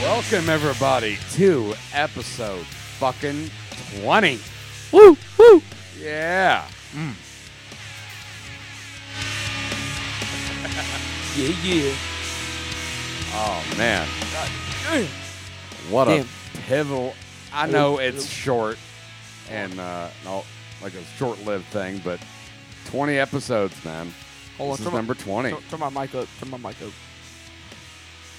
Welcome everybody to episode fucking twenty. Woo, woo. Yeah. Yeah, yeah. Oh man, what a Damn. Oh, pivotal! I know it's short and uh, no, like a short-lived thing, but twenty episodes, man. Hold this on, is turn my- number twenty. Turn, turn my mic up. Turn my mic up.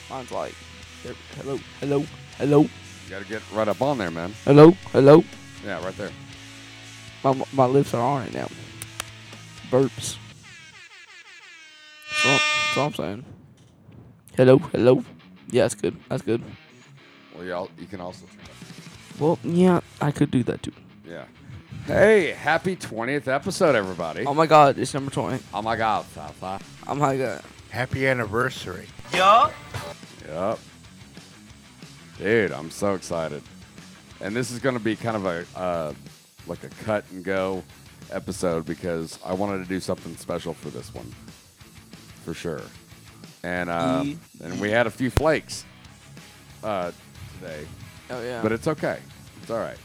Mine's like, there- hello, hello, hello, You gotta get right up on there, man. hello, hello. Yeah, right there. My, my lips are on it now. Burps. That's all, that's all I'm saying. Hello, hello. Yeah, that's good. That's good. Well, you, all, you can also. turn up- Well, yeah, I could do that too. Yeah. Hey, happy twentieth episode, everybody! Oh my God, it's number twenty. Oh my God, Papa. Oh my God. Happy anniversary. Yep. Dude, I'm so excited. And this is going to be kind of a uh, like a cut and go episode because I wanted to do something special for this one, for sure. And uh, Ye- and we had a few flakes uh, today, Oh yeah. but it's okay. It's all right.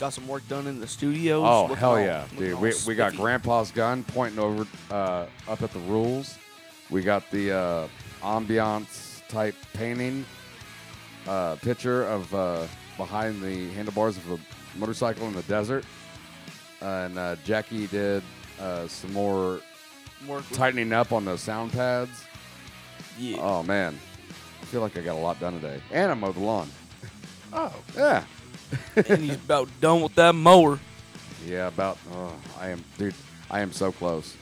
got some work done in the studio. Oh hell yeah, dude! We, we got Grandpa's gun pointing over uh, up at the rules. We got the uh, ambiance type painting uh, picture of uh, behind the handlebars of a motorcycle in the desert, and uh, Jackie did uh, some more Work tightening up on those sound pads. Yeah. Oh man, I feel like I got a lot done today, and I mowed the lawn. Oh, Yeah. and he's about done with that mower. Yeah, about. Oh, I am, dude. I am so close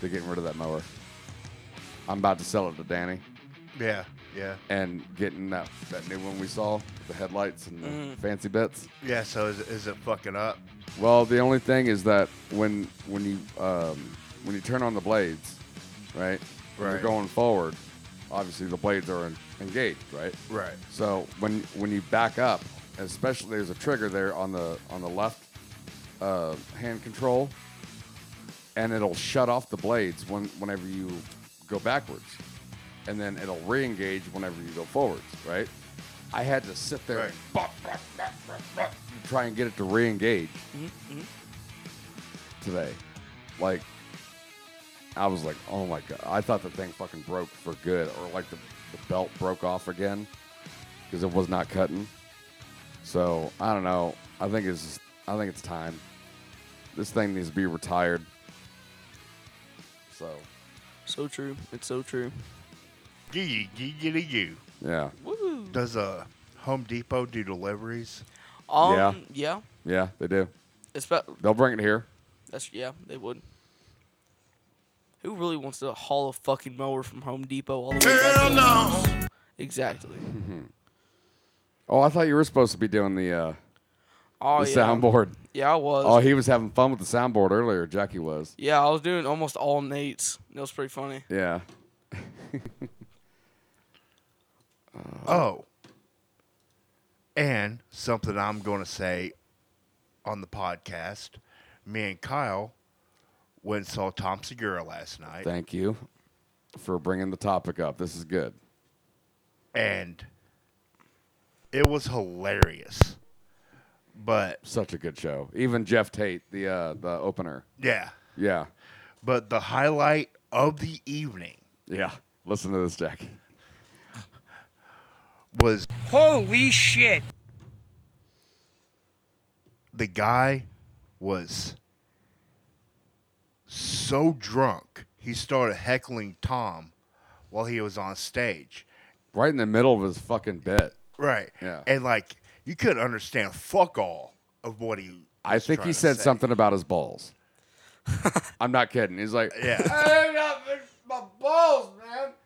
to getting rid of that mower. I'm about to sell it to Danny yeah, yeah, and getting that that new one we saw, the headlights and the Mhm. fancy bits. yeah. So is, is it fucking up? Well, the only thing is that when when you um, when you turn on the blades, right? When you're Right. going forward, obviously the blades are en- engaged, right? Right. So when when you back up, especially there's a trigger there on the on the left uh, hand control, and it'll shut off the blades when, whenever you go backwards, and then it'll re-engage whenever you go forwards. Right? I had to sit there and bop, bop, bop, bop, bop, and try and get it to re-engage today. Like I was like, oh my god! I thought the thing fucking broke for good, or like the, the belt broke off again because it was not cutting. So I don't know. I think it's just, I think it's time. This thing needs to be retired. So So true. It's so true. Gee, gee, gee, gee, gee. yeah, Woo. Does uh, Home Depot do deliveries? Um, Yeah. yeah. yeah, they do. It's about, They'll bring it here. that's yeah, they would. Who really wants to haul a fucking mower from Home Depot all the way back to the house? Exactly. Oh, I thought you were supposed to be doing the uh, Oh the yeah. soundboard. Yeah, I was. Oh, he was having fun with the soundboard earlier. Jackie was. yeah, I was doing almost all Nate's. That was pretty funny. Yeah. Oh. And something I'm going to say on the podcast me and Kyle went and saw Tom Segura last night. Thank you for bringing the topic up. This is good. and it was hilarious. But Such a good show. Even Jeff Tate, the uh, the opener. yeah, Yeah. but the highlight of the evening Yeah. Listen to this, Jackie. was Holy shit. the guy was so drunk he started heckling Tom while he was on stage. Right in the middle of his fucking bit. Right. Yeah. And like you couldn't understand fuck all of what he I was think he trying to said say. something about his balls. I'm not kidding. He's like, Yeah. "Hey, not my balls,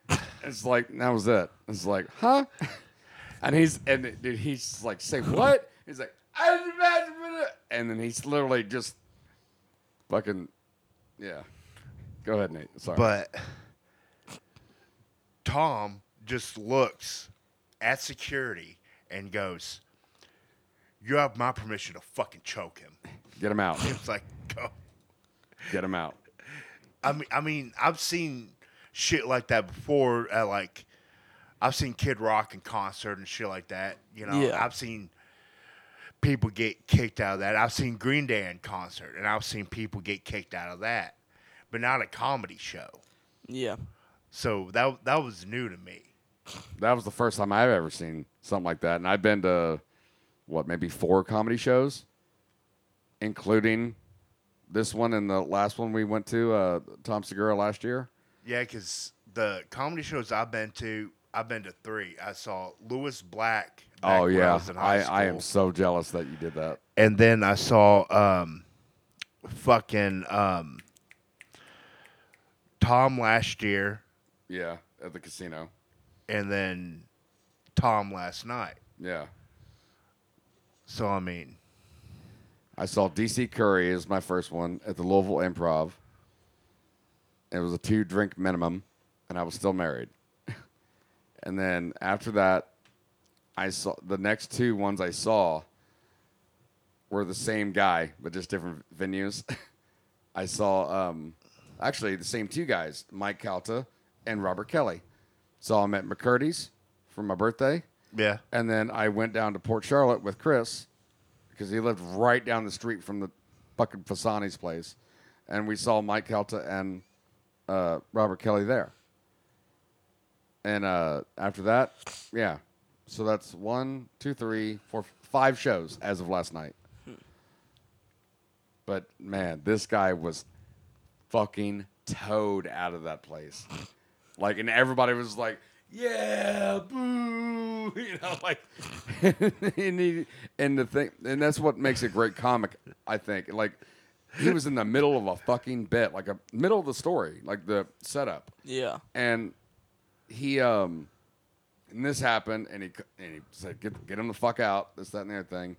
man. It's like that was it. It's like, huh? And he's and dude, he's like, say what? He's like, I didn't imagine it." and then he's literally just fucking, yeah. Go ahead, Nate. Sorry. But Tom just looks at security and goes, You have my permission to fucking choke him. get him out. It's like, go. Get him out. I mean, I mean, I've seen shit like that before at like I've seen Kid Rock in concert and shit like that. You know, Yeah. I've seen people get kicked out of that. I've seen Green Day in concert, and I've seen people get kicked out of that, but not a comedy show. Yeah. So that that was new to me. That was the first time I've ever seen something like that. And I've been to, what, maybe four comedy shows, including this one and the last one we went to, uh, Tom Segura last year. Yeah, because the comedy shows I've been to, I've been to three. I saw Lewis Black. back oh, when I, yeah. was in high I, I am school. so jealous that you did that. and then I saw um, fucking um, Tom last year, Yeah. At the casino. and then Tom last night. Yeah. So I mean, I saw DC Curry is my first one at the Louisville Improv. It was a two drink minimum, and I was still married. and then after that, I saw the next two ones I saw were the same guy, but just different venues. I saw um, actually the same two guys, Mike Calta and Robert Kelly. Saw him at McCurdy's for my birthday. yeah, And then I went down to Port Charlotte with Chris because he lived right down the street from the fucking Fasani's place. And we saw Mike Calta and uh, Robert Kelly there. And uh, after that, yeah. So that's one, two, three, four, five shows as of last night. But man, this guy was fucking towed out of that place. Like, and everybody was like, "Yeah, boo!" You know, like, and, he, and the thing, and that's what makes a great comic, I think. Like, he was in the middle of a fucking bit, like a middle of the story, like the setup, Yeah. and he, um, and this happened, and he c- and he said, "Get get him the fuck out!" This, that, and the other thing.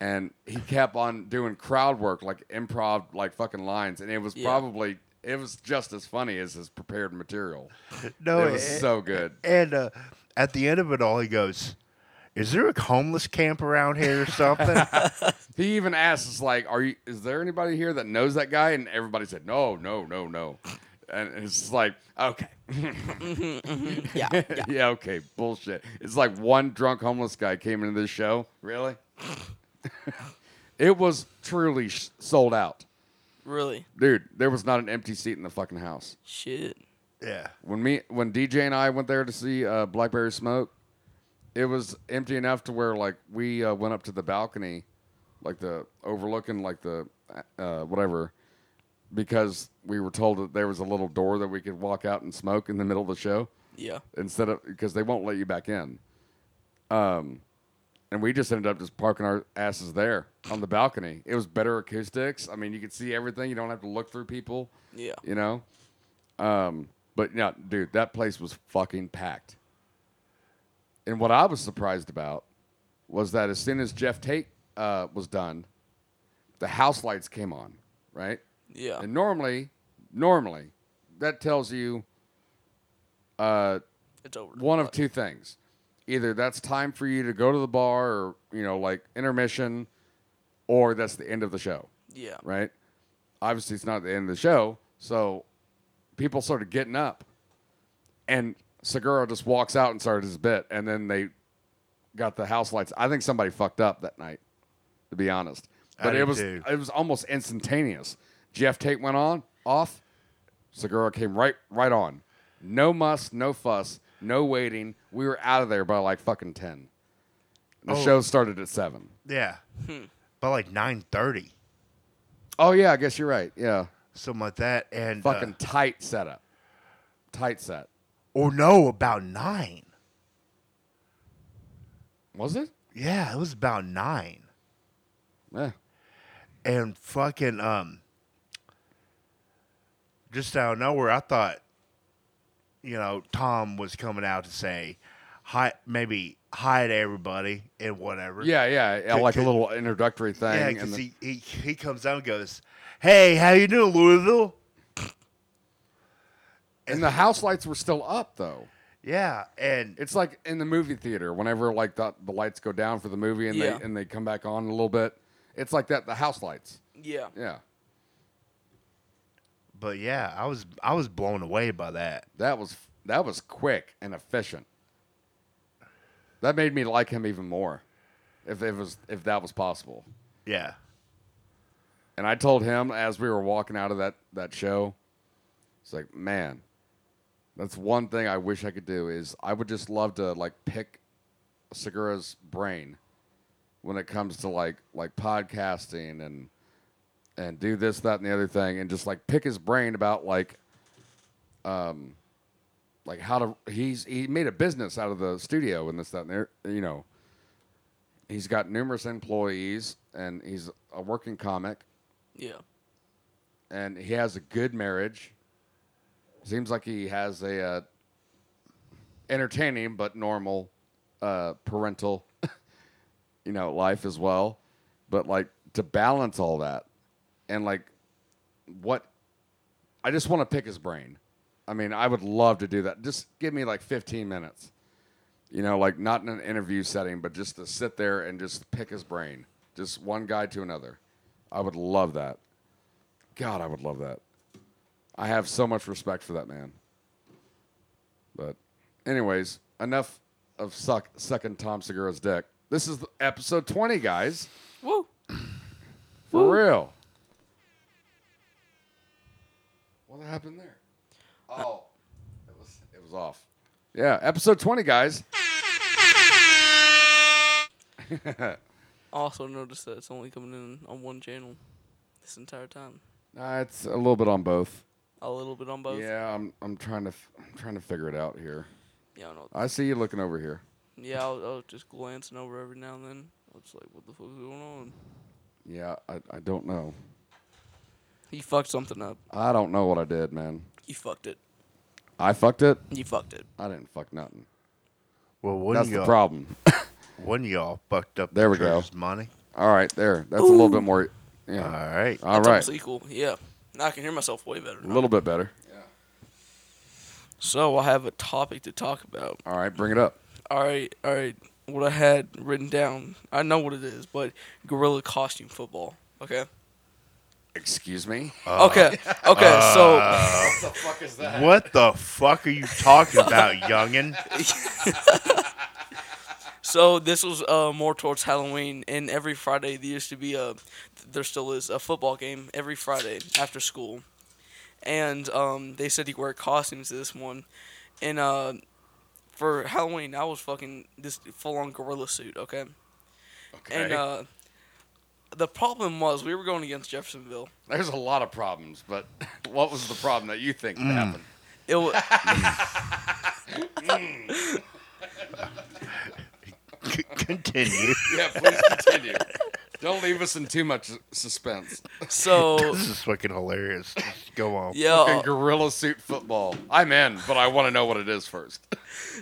And he kept on doing crowd work, like improv, like fucking lines, and it was Yeah. probably it was just as funny as his prepared material. no, it was and- so good. And uh, at the end of it all, he goes, "Is there a homeless camp around here or something?" He even asked, "Is like, are you? Is there anybody here that knows that guy?" And everybody said, "No, no, no, no." And it's just like, okay, Yeah. yeah. okay, bullshit. It's like one drunk homeless guy came into this show. Really? it was truly sh- sold out, really. dude. There was not an empty seat in the fucking house. Shit. yeah, When me, when DJ and I went there to see uh, Blackberry Smoke, it was empty enough to where like we uh, went up to the balcony, like the overlooking like the uh, whatever, because we were told that there was a little door that we could walk out and smoke in the middle of the show Yeah. instead of because they won't let you back in. Um, and we just ended up just parking our asses there on the balcony. It was better acoustics. I mean, you could see everything. You don't have to look through people. Yeah. You know. Um, but yeah, dude, that place was fucking packed. And what I was surprised about was that as soon as Jeff Tate uh, was done, the house lights came on, right? Yeah. And normally, normally, that tells you uh, it's over. one of two things either that's time for you to go to the bar or you know like intermission or that's the end of the show Yeah. right obviously it's not the end of the show so people started getting up and segura just walks out and started his bit and then they got the house lights i think somebody fucked up that night to be honest I but did it was too. it was almost instantaneous jeff tate went on off Segura came right right on. No muss, no fuss, no waiting. We were out of there by like fucking ten. The Oh. show started at seven. yeah, by like nine thirty, Oh yeah, I guess you're right. Yeah, something like that, and uh, fucking tight setup, tight set. or no, about nine. Was it? Yeah, it was about nine. Yeah. and fucking um just out of nowhere i thought you know tom was coming out to say hi maybe hi to everybody and whatever Yeah, yeah, yeah. Like a could- little introductory thing. yeah and because then- he, he he comes out and goes hey how you doing louisville and the house lights were still up though. yeah and It's like in the movie theater, whenever like the, the lights go down for the movie and Yeah. they and they come back on a little bit. It's like that. The house lights. Yeah. Yeah, but yeah i was i was blown away by that that was That was quick and efficient. That made me like him even more, if it was if that was possible. Yeah. And I told him as we were walking out of that that show, it's like, man, that's one thing I wish I could do is I would just love to like pick Segura's brain when it comes to like like podcasting and and do this, that, and the other thing, and just like pick his brain about like um like how to he's he made a business out of the studio and this, that, and there you know. He's got numerous employees and he's a working comic Yeah. and he has a good marriage. Seems like he has a uh, entertaining but normal uh, parental, you know, life as well. But like to balance all that, and like what, I just want to pick his brain. I mean, I would love to do that. Just give me like 15 minutes, you know, like not in an interview setting, but just to sit there and just pick his brain, just one guy to another. I would love that. God, I would love that. I have so much respect for that man. But, anyways, enough of suck sucking Tom Segura's dick. This is episode twenty, guys. Woo. For real. What happened there? Oh, it was it was off. Yeah, episode twenty, guys. I also noticed that it's only coming in on one channel this entire time. Nah, it's a little bit on both. A little bit on both. Yeah, I'm I'm trying to f- I'm trying to figure it out here. Yeah. I know. I see you looking over here. Yeah. I was, I was just glancing over every now and then. I was like, what the fuck's going on? Yeah, I, I don't know. He fucked something up. I don't know what I did, man. You fucked it. I fucked it. You fucked it. I didn't fuck nothing. Well, one That's y'all, the problem. one y'all fucked up. There the we go. church's Money. All right, there. That's a little bit more. All Yeah. right. All That's right. almost equal. Yeah. Now I can hear myself way better. A Now. little bit better. So I have a topic to talk about. All right, bring it up. All right, all right. What I had written down, I know what it is, but gorilla costume football. Okay. Excuse me. okay. Okay. What the fuck is that? What the fuck are you talking about, youngin? so, so this was uh, more towards Halloween, and every Friday there used to be a, there still is a football game every Friday after school, and um, they said you wear costumes to this one, and uh, for Halloween I was fucking this full on gorilla suit. Okay. Okay. And uh, the problem was we were going against Jeffersonville. There's a lot of problems, but what was the problem that you think Mm. happened? It was. C- Continue. Yeah, please continue. Don't leave us in too much suspense. So This is fucking hilarious. Just Go on. yeah, uh, Fucking gorilla suit football. I'm in, but I want to know what it is first.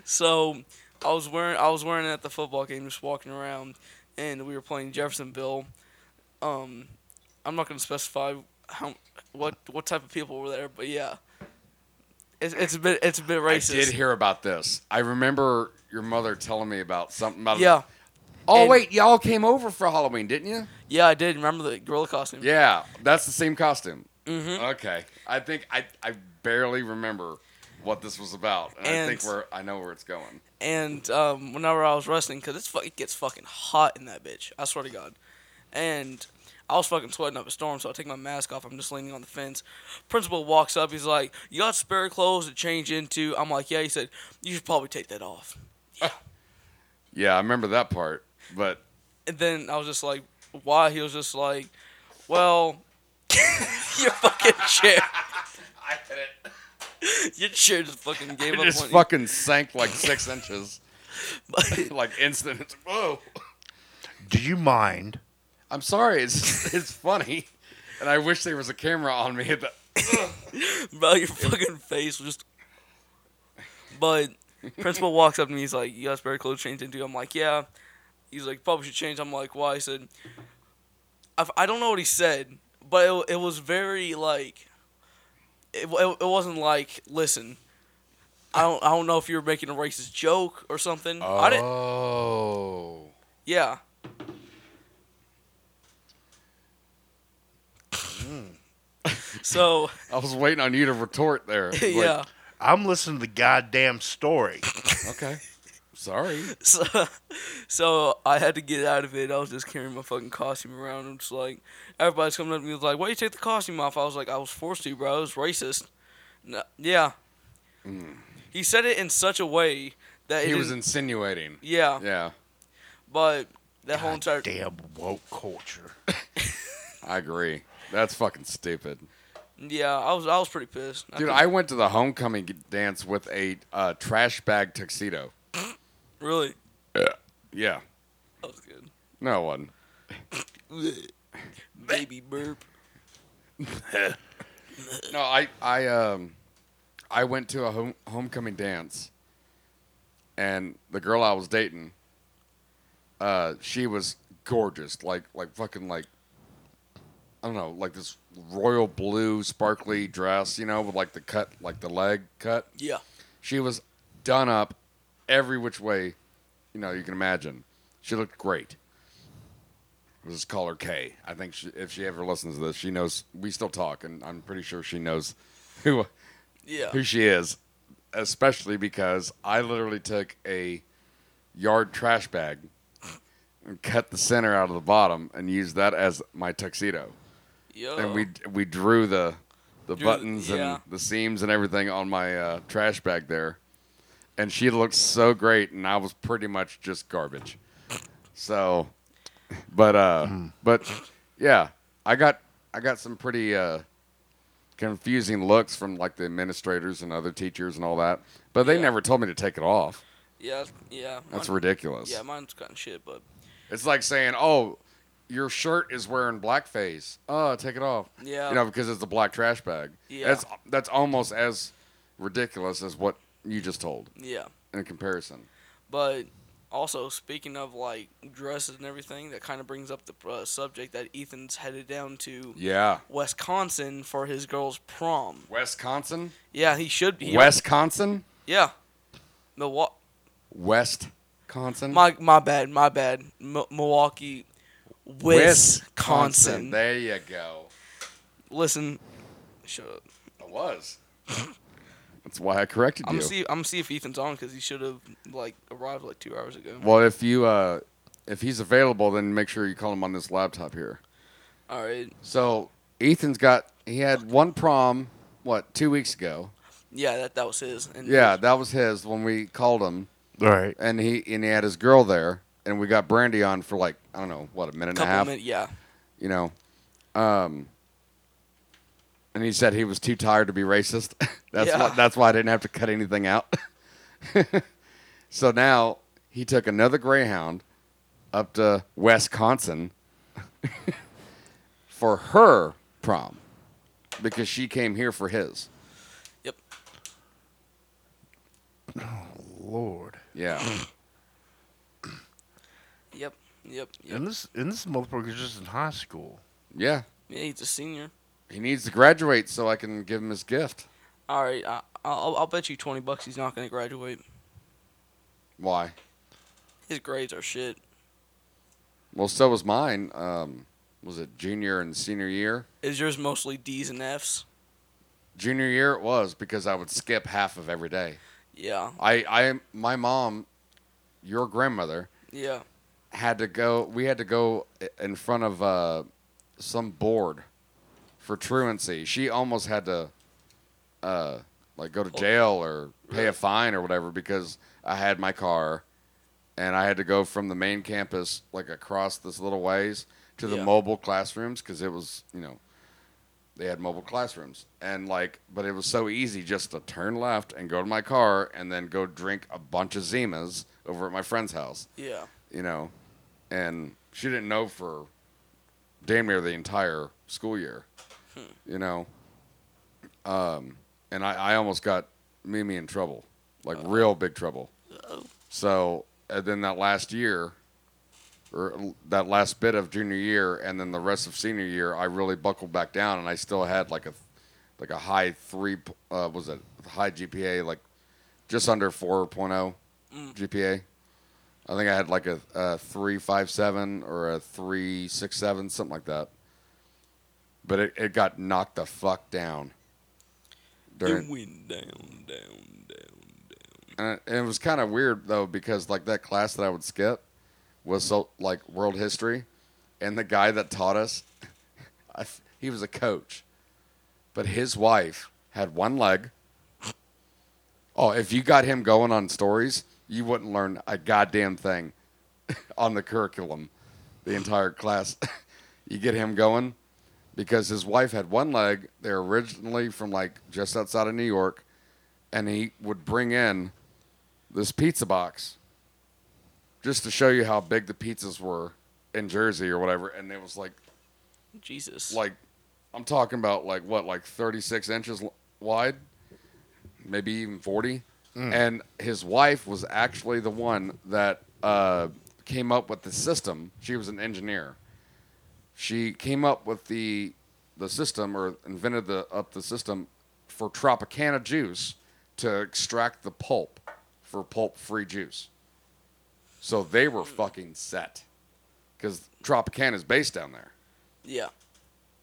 so I was wearing I was wearing it at the football game, just walking around, and we were playing Jeffersonville. Um, I'm not gonna specify how what what type of people were there, but yeah, it's it's a bit it's a bit I did racist. hear about this. I remember your mother telling me about something about yeah, Oh And- wait, y'all came over for Halloween, didn't you? yeah, I did. Remember the gorilla costume? Yeah, that's the same costume. Mm-hmm. Okay, I think I I barely remember what this was about, and, I And- think we're I know where it's going. and um, whenever I was wrestling, cause it's fu- it gets fucking hot in that bitch. I swear to God, and I was fucking sweating up a storm. So I take my mask off. I'm just leaning on the fence. Principal walks up. He's like, "You got spare clothes to change into?" I'm like, "Yeah." He said, "You should probably take that off." Yeah, I remember that part, but And then I was just like, "Why?" He was just like, "Well, your fucking chair, I hit it. your chair just fucking gave It up just on you." fucking sank like six inches, like instant. It's whoa. Do you mind? I'm sorry. It's it's funny, and I wish there was a camera on me. But Bro, your fucking face was just. But principal walks up to me. He's like, "You got spare clothes changed into?" I'm like, "Yeah." He's like, "Probably should change." I'm like, "Why?" He said, I, "I don't know what he said, but it, it was very like, it, it, it wasn't like, listen, I don't I don't know if you were making a racist joke or something. I didn't. oh, Yeah, so I was waiting on you to retort there. It's like, yeah, I'm listening to the goddamn story. Okay. Sorry. So, so I had to get out of it. I was just carrying my fucking costume around. I'm just like, everybody's coming up to me was like, "Why you take the costume off?" I was like, "I was forced to, bro. I was racist." No, yeah. He said it in such a way that Mm. He it was didn't- insinuating. yeah, Yeah, but that whole entire Damn woke culture. I agree. That's fucking stupid. yeah, I was I was pretty pissed. I Dude, could- I went to the homecoming dance with a uh, trash bag tuxedo. really Yeah. that was good. No one. Baby burp. No, I I um I went to a home, homecoming dance, and the girl I was dating, uh, she was gorgeous, like like fucking like I don't know, like this royal blue sparkly dress, you know, with like the cut, like the leg cut. Yeah, She was done up every which way, you know, you can imagine. She looked great. Let's just call her K. I think she, if she ever listens to this, she knows we still talk, and I'm pretty sure she knows who yeah. who she is, especially because I literally took a yard trash bag and cut the center out of the bottom and used that as my tuxedo, Yo. and we we drew the the Drew the- buttons yeah. and the seams and everything on my uh, trash bag there, and she looked so great, and I was pretty much just garbage. So, but uh, but yeah, I got I got some pretty uh, confusing looks from like the administrators and other teachers and all that, but they Yeah. never told me to take it off. yeah, yeah. That's mine- ridiculous. Yeah, mine's gotten shit, but It's like saying, "Oh, your shirt is wearing blackface. Oh, take it off." Yeah. You know, because it's a black trash bag. Yeah. That's that's almost as ridiculous as what you just told yeah. in comparison. But also, speaking of like dresses and everything, that kind of brings up the uh, subject that Ethan's headed down to Yeah. Wisconsin for his girl's prom. Wisconsin. Yeah, he should be. Wisconsin. Yeah. Milwaukee. West. Wisconsin. My, my bad. My bad. M- Milwaukee. Wisconsin. There you go. Listen. Shut up. I was. that's why I corrected I'm you. gonna see. I'm gonna see if Ethan's on because he should have like arrived like two hours ago. well, if you uh, if he's available, then make sure you call him on this laptop here. All right. So Ethan's got he had one prom what two weeks ago. Yeah, that that was his. And Yeah, that was his when we called him, All right. and he and he had his girl there, and we got Brandy on for like I don't know what a minute and a half, Couple minutes. Yeah. you know, um, and he said he was too tired to be racist. that's Yeah. why, that's why I didn't have to cut anything out. so now he took another Greyhound up to Wisconsin for her prom because she came here for his. Yep. Lord. Yeah, Yep. Yep. Yep. And this and this motherfucker's just in high school. yeah. Yeah, he's a senior. He needs to graduate so I can give him his gift. All right, I, I'll, I'll bet you twenty bucks he's not going to graduate. Why? His grades are shit. Well, so was mine. Um, was it junior and senior year? Is yours mostly D's and F's? Junior year it was because I would skip half of every day. Yeah, I, I, my mom, your grandmother yeah, had to go. We had to go i- in front of uh, some board for truancy. She almost had to, uh, like go to jail or pay a fine or whatever because I had my car, and I had to go from the main campus like across this little ways to the Yeah. mobile classrooms because it was you know they had mobile classrooms and like but it was so easy just to turn left and go to my car and then go drink a bunch of zimas over at my friend's house yeah, you know, and she didn't know for damn near the entire school year, you know. Um, and I, I almost got Mimi in trouble, like real big trouble. So, and then that last year, or l- that last bit of junior year, and then the rest of senior year, I really buckled back down, and I still had like a, like a high three, p- uh, was it high GPA, like just under 4.0 GPA. I think I had like a, a three five seven or a three six seven, something like that. But it, it got knocked the fuck down during It went down, down, down. and it, and it was kind of weird though because like that class that I would skip was so like world history, and the guy that taught us, I f he was a coach, but his wife had one leg. Oh, if you got him going on stories, you wouldn't learn a goddamn thing on the curriculum, the entire class. you get him going because his wife had one leg. They're originally from like just outside of New York, and he would bring in this pizza box just to show you how big the pizzas were in Jersey or whatever. And it was like, Jesus. like, I'm talking about like what, like 36 inches l- wide, maybe even 40. And his wife was actually the one that uh, came up with the system. She was an engineer. She came up with the the system or invented the up the system for Tropicana juice to extract the pulp for pulp free juice. So they were fucking set because Tropicana is based down there. yeah.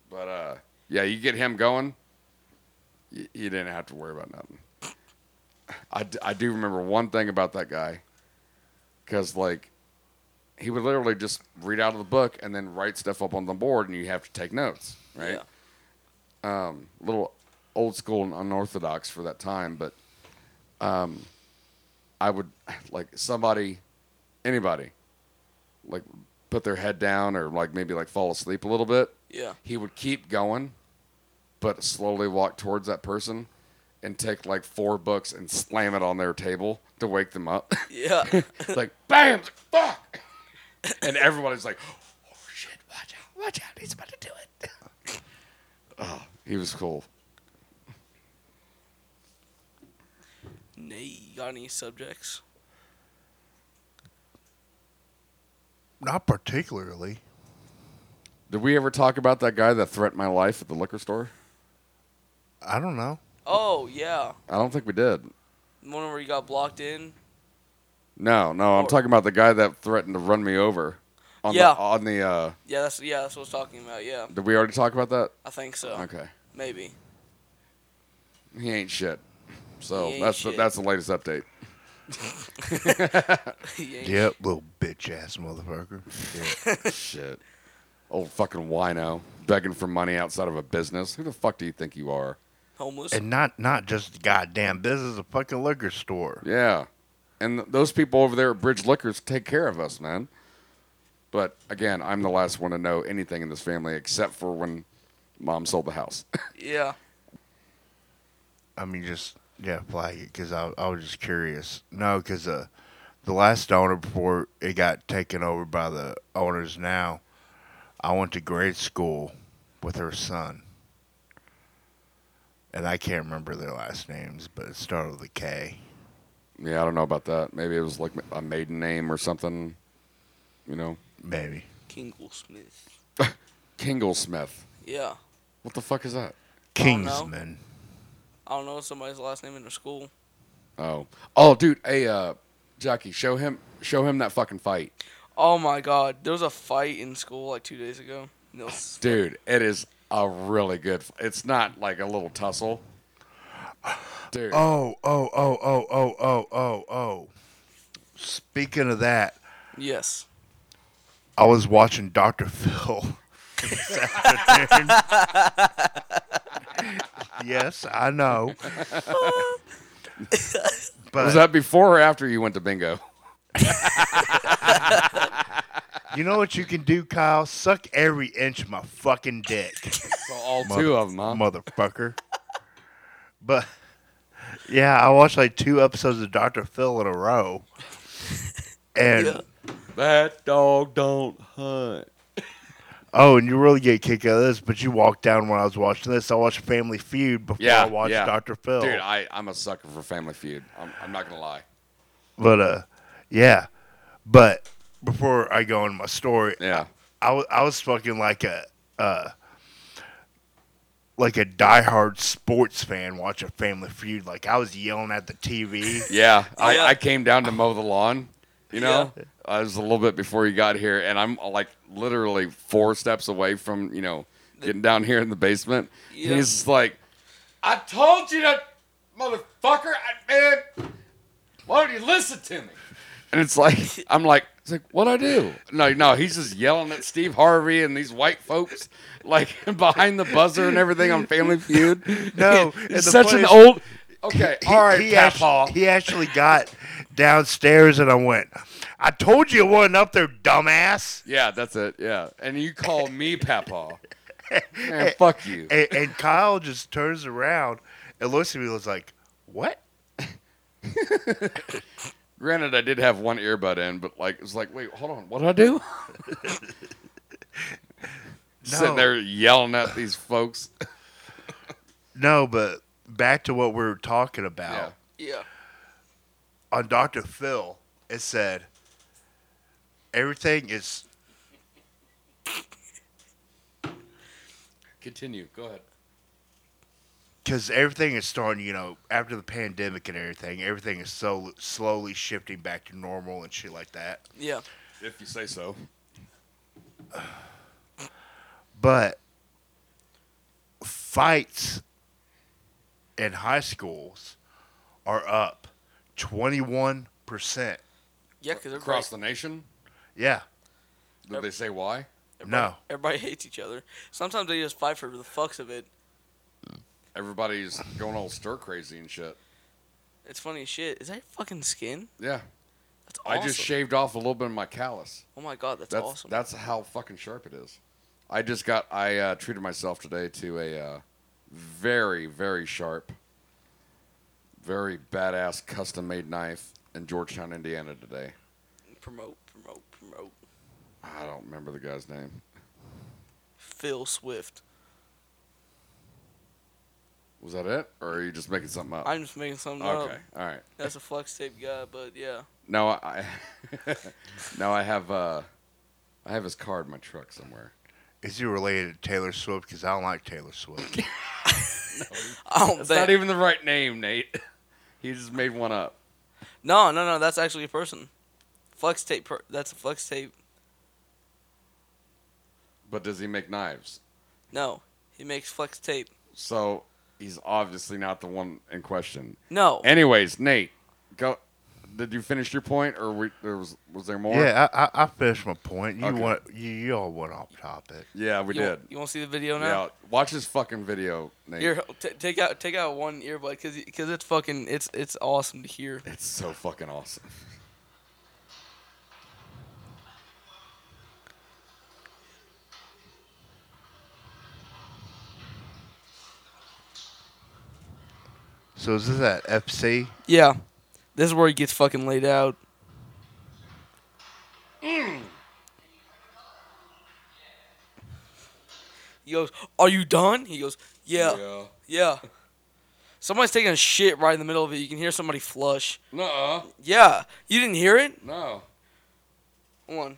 But uh, yeah, you get him going, y- you didn't have to worry about nothing. I, d- I do remember one thing about that guy, because like he would literally just read out of the book and then write stuff up on the board, and you have to take notes, right? Um, a little old school and unorthodox for that time, but um, I would like somebody, anybody, like put their head down or like maybe like fall asleep a little bit, Yeah. he would keep going, but slowly walk towards that person and take like four books and slam it on their table to wake them up. Yeah. Yeah. It's like bam, it's like, fuck, and everybody's like, "Oh shit, watch out, watch out, he's about to do it." oh, he was cool. Nate, you got any subjects? Not particularly. Did we ever talk about that guy that threatened my life at the liquor store? I don't know. Oh yeah, I don't think we did. the one where you got blocked in. No, no, I'm Oh. talking about the guy that threatened to run me over. On Yeah. The, on the. Uh, Yeah, that's yeah, that's what I was talking about. Yeah, did we already talk about that? I think so. Okay. Maybe. He ain't shit. So He ain't that's The, shit. that's the latest update. He ain't- Yep, little bitch ass motherfucker. Yeah. shit, old fucking wino begging for money outside of a business. Who the fuck do you think you are? Homeless. and not not just the goddamn. This is a fucking liquor store. Yeah, and th- those people over there at Bridge Liquors take care of us, man. But again, I'm the last one to know anything in this family except for when mom sold the house. yeah. I mean, just yeah, flag it because I, I was just curious. No, because uh, the last owner before it got taken over by the owners now, I went to grade school with her son, and I can't remember their last names, but it started with a K. yeah, I don't know about that. Maybe it was like a maiden name or something. You know, Maybe Kingle Smith. Kingle Smith. Yeah. What the fuck is that? don't know. Kingsman. I don't know somebody's last name in their school. Oh, oh, dude, hey, uh, Jackie, show him, show him that fucking fight. Oh my God, there was a fight in school like two days ago. And it was- Dude, it is a really good. f- It's not like a little tussle. Dude, Oh, oh, oh, oh, oh, oh, oh, oh. Speaking of that, yes. I was watching Dr. Phil this afternoon. yes, I know. was but that before or after you went to bingo? you know what you can do, Kyle? Suck every inch of my fucking dick. So all Mother- two of them, huh? Motherfucker. But yeah, I watched like two episodes of Dr. Phil in a row. And Yeah. That dog don't hunt. oh, and you really get a kick out of this, but you walked down when I was watching this. I watched Family Feud before Yeah, I watched yeah. Dr. Phil. Dude, I, I'm a sucker for Family Feud. I'm, I'm not gonna lie. But uh, yeah. But before I go into my story, Yeah, I wa- I was fucking like a uh, like a diehard sports fan watching Family Feud. Like I was yelling at the TV. yeah. I, Yeah. I came down to mow the lawn. You know, I was a little bit before you got here, and I'm uh, like literally four steps away from you know getting down here in the basement. Yeah. He's like, I told you that, motherfucker. I, man, why don't you listen to me? And it's like, I'm like, it's like, what I do? No, no, he's just yelling at Steve Harvey and these white folks, like behind the buzzer and everything on Family Feud. No, and the it's such an funniest- old. Okay, all right, he, Papaw. actually, he actually got downstairs and I went, I told you it wasn't up there, dumbass. Yeah, that's it. Yeah, and you call me Papaw. Man, fuck you. And, and Kyle just turns around and looks at me and was like, What? Granted, I did have one earbud in, but like, it's like, wait, hold on, what did I do? No. Sitting there yelling at these folks. No, but back to what we were talking about. Yeah. Yeah. on Dr. Phil, it said everything is Continue. Go ahead. because everything is starting, you know, after the pandemic and everything, everything is so slowly shifting back to normal and shit like that. Yeah. If you say so. But fights in high schools are up Yeah, 21%. because everybody, Across the nation, Yeah. did they say why? No. everybody hates each other. Sometimes they just fight for the fucks of it. Everybody's going all stir crazy and shit. It's funny as shit. Is that your fucking skin? Yeah, That's awesome. I just shaved off a little bit of my callus. Oh my god, that's, That's awesome. that's how fucking sharp it is. I just got I uh, treated myself today to a uh, very very sharp, very badass custom made knife in Georgetown, Indiana today. promote, promote, promote. I don't remember the guy's name. Phil Swift. Was that it, or are you just making something up? I'm just making something okay, up. all right. That's a flex tape guy, but yeah. No, I no I have uh, I have his card in my truck somewhere. Is he related to Taylor Swift? Because I don't like Taylor Swift. I don't That's think. not even the right name, Nate. He just made one up. no, no, no. That's actually a person. Flex tape. Per- that's a flex tape. But does he make knives? No, he makes flex tape. So he's obviously not the one in question. No. Anyways, Nate, go. Did you finish your point, or we, there was was there more? yeah, I, I, I finished my point. You Okay. want you, you all went off topic. yeah, we you, wa- did. You want to see the video now? Yeah, watch this fucking video, Nate. Here, t- take out take out one earbud because because it's fucking it's it's awesome to hear. it's so fucking awesome. So is this at FC? Yeah, this is where he gets fucking laid out. He goes, "Are you done?" He goes, "Yeah, yeah." Somebody's taking a shit right in the middle of it. You can hear somebody flush. Nuh-uh. Yeah, you didn't hear it. No. Hold on.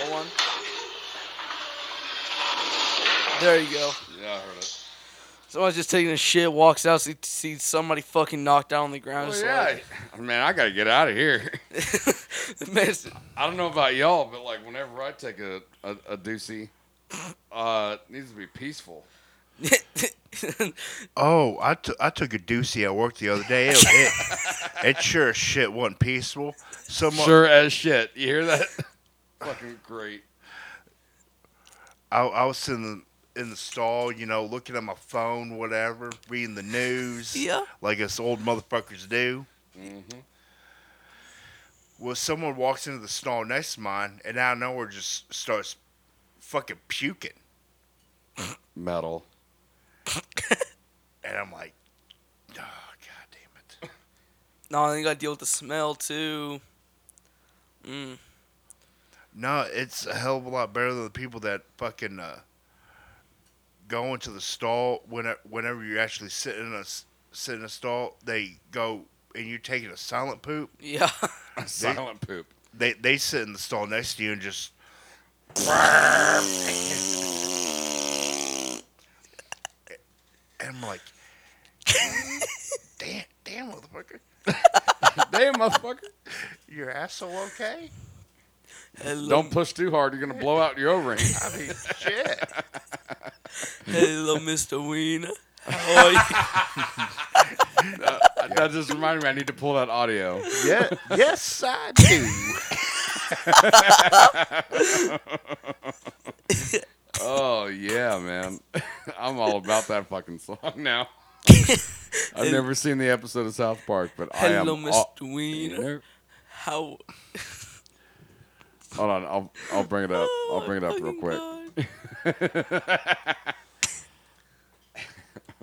Hold on. There you go. Yeah, I heard it. Someone's just taking a shit, walks out, see- sees somebody fucking knocked down on the ground. Oh it's yeah. Man, I gotta get out of here. like- Man, it's- I don't know about y'all, but like whenever I take a a, a doozy, uh, it needs to be peaceful. Oh, I t- I took a doozy at work the other day. It, it, it sure as shit wasn't peaceful. Someone, Sure as shit. You hear that? fucking great. I, I was in the in the stall, you know, looking at my phone, whatever, reading the news, Yeah. like us old motherfuckers do. Mm-hmm. Well, someone walks into the stall next to mine, and out of nowhere just starts fucking puking, Metal. and I'm like, oh god damn it. no, then you gotta deal with the smell too. Mm. No, it's a hell of a lot better than the people that fucking uh, go into the stall when, whenever you actually sit in a s- sit in a stall. They go and you're taking a silent poop. Yeah. Silent poop. They they sit in the stall next to you and just and I'm like, damn, damn motherfucker, Damn, motherfucker. your asshole okay? Hello, Don't push too hard. You're gonna blow out your O-ring. I mean, shit. hello, Mr. Wiener. How are you? That just reminded me. I need to pull that audio. Yeah. Yes, I do. Oh yeah, man. I'm all about that fucking song now. I've never seen the episode of South Park, but I am. hello, all- Mr. Wiener. How? Hold on, I'll I'll bring it up. I'll bring it up real Oh, Fucking quick. God.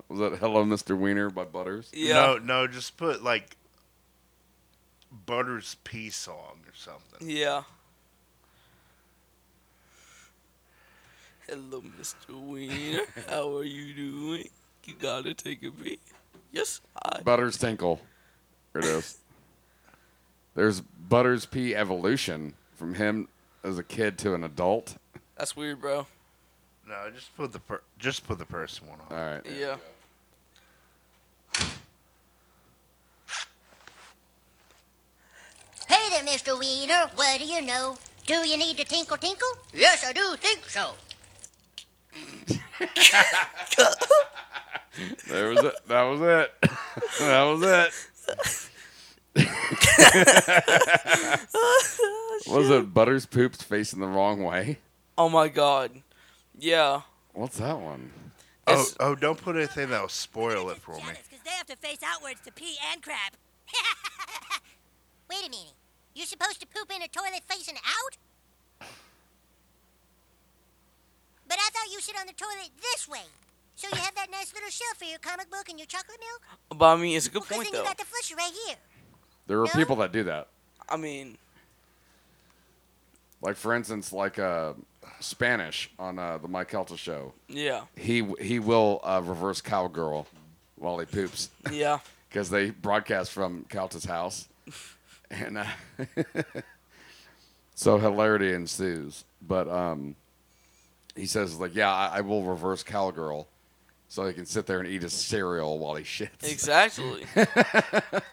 Was that "Hello, Mr. Wiener" by Butters? Yeah. No, no, just put like Butter's pea song or something. Yeah. Hello, Mr. Wiener. How are you doing? You gotta take a beat. Yes, I. Butters Tinkle. Here it is. There's Butters P evolution from him as a kid to an adult. That's weird, bro. No, just put the per- just put the first one All on. right. Yeah. Hey there, Mr. Wiener. What do you know? Do you need to tinkle tinkle? Yes, I do think so. There was it. That was it. that was it. was it Butters Poops facing the wrong way? Oh my god. Yeah. What's that one? Oh, It's- oh, don't put anything that'll spoil it for me. Because they have to face outwards to pee and crap. Wait a minute. You're supposed to poop in a toilet facing out? But I thought you sit on the toilet this way. So you have that nice little shelf for your comic book and your chocolate milk? But I mean, it's a good Well, 'cause point then though. you got the flusher right here. There are No. people that do that. I mean, Like for instance, like uh, Spanish on uh, the Mike Kelta show. yeah, He he will uh, reverse cowgirl while he poops. yeah. because they broadcast from Calta's house, and uh, so hilarity ensues. But um, he says like, "Yeah, I, I will reverse cowgirl, so he can sit there and eat his cereal while he shits." Exactly. he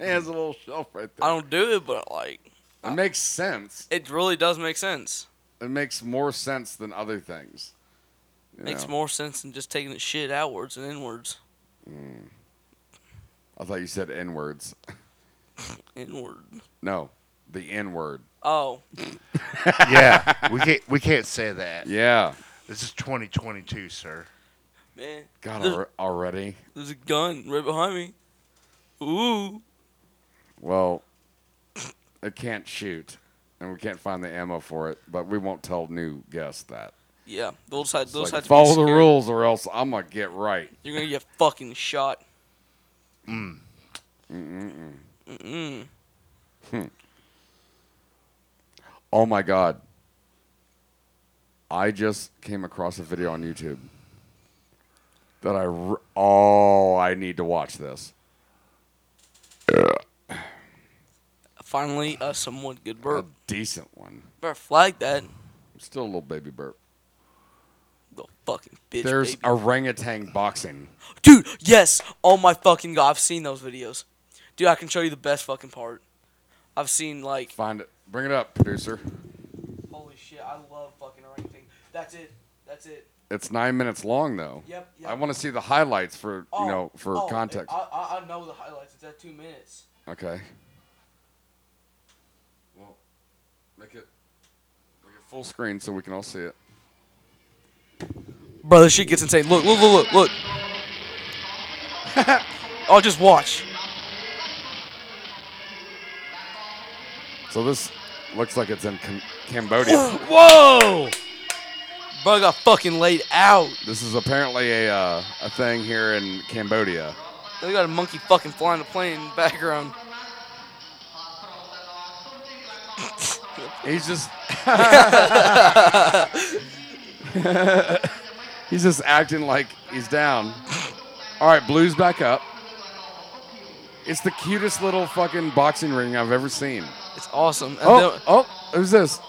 has a little shelf right there. I don't do it, but like, it makes sense. it really does make sense. It makes more sense than other things. you Makes know? more sense than just taking the shit outwards and inwards. I thought you said N words. Inward. No, the N word. Oh, yeah, we can't we can't say that. Yeah. This is 2022, sir. man. God, There's- alre- already. There's a gun right behind me. Ooh. Well, it can't shoot, and we can't find the ammo for it. But we won't tell new guests that. Yeah, they'll decide. It's They'll like, decide to be follow the scared. rules, or else I'm gonna get right. You're gonna get fucking shot. Oh my god! I just came across a video on YouTube that I r- oh I need to watch this. Finally, a somewhat good burp. A decent one. Better flag that. Still a little baby burp. The fucking bitch. There's baby. orangutan boxing. Dude, yes. Oh my fucking god, I've seen those videos. Dude, I can show you the best fucking part. I've seen like Find it. Bring it up, producer. holy shit, I love fucking orangutan. That's it. That's it. It's nine minutes long though. Yep, I yep. want to see the highlights for you know for context. Oh, I, I I know the highlights. It's at two minutes. Okay. Well, make it make it full screen so we can all see it. Bro, this shit gets insane. Look, look, look, look, look. I'll just watch. So this looks like it's in Cam- Cambodia. Whoa! Bro got fucking laid out. this is apparently a uh, a thing here in Cambodia. They got a monkey fucking flying a plane in the background. He's just he's just acting like he's down. All right, blues back up. It's the cutest little fucking boxing ring I've ever seen. It's awesome. And Oh, then- oh, who's this?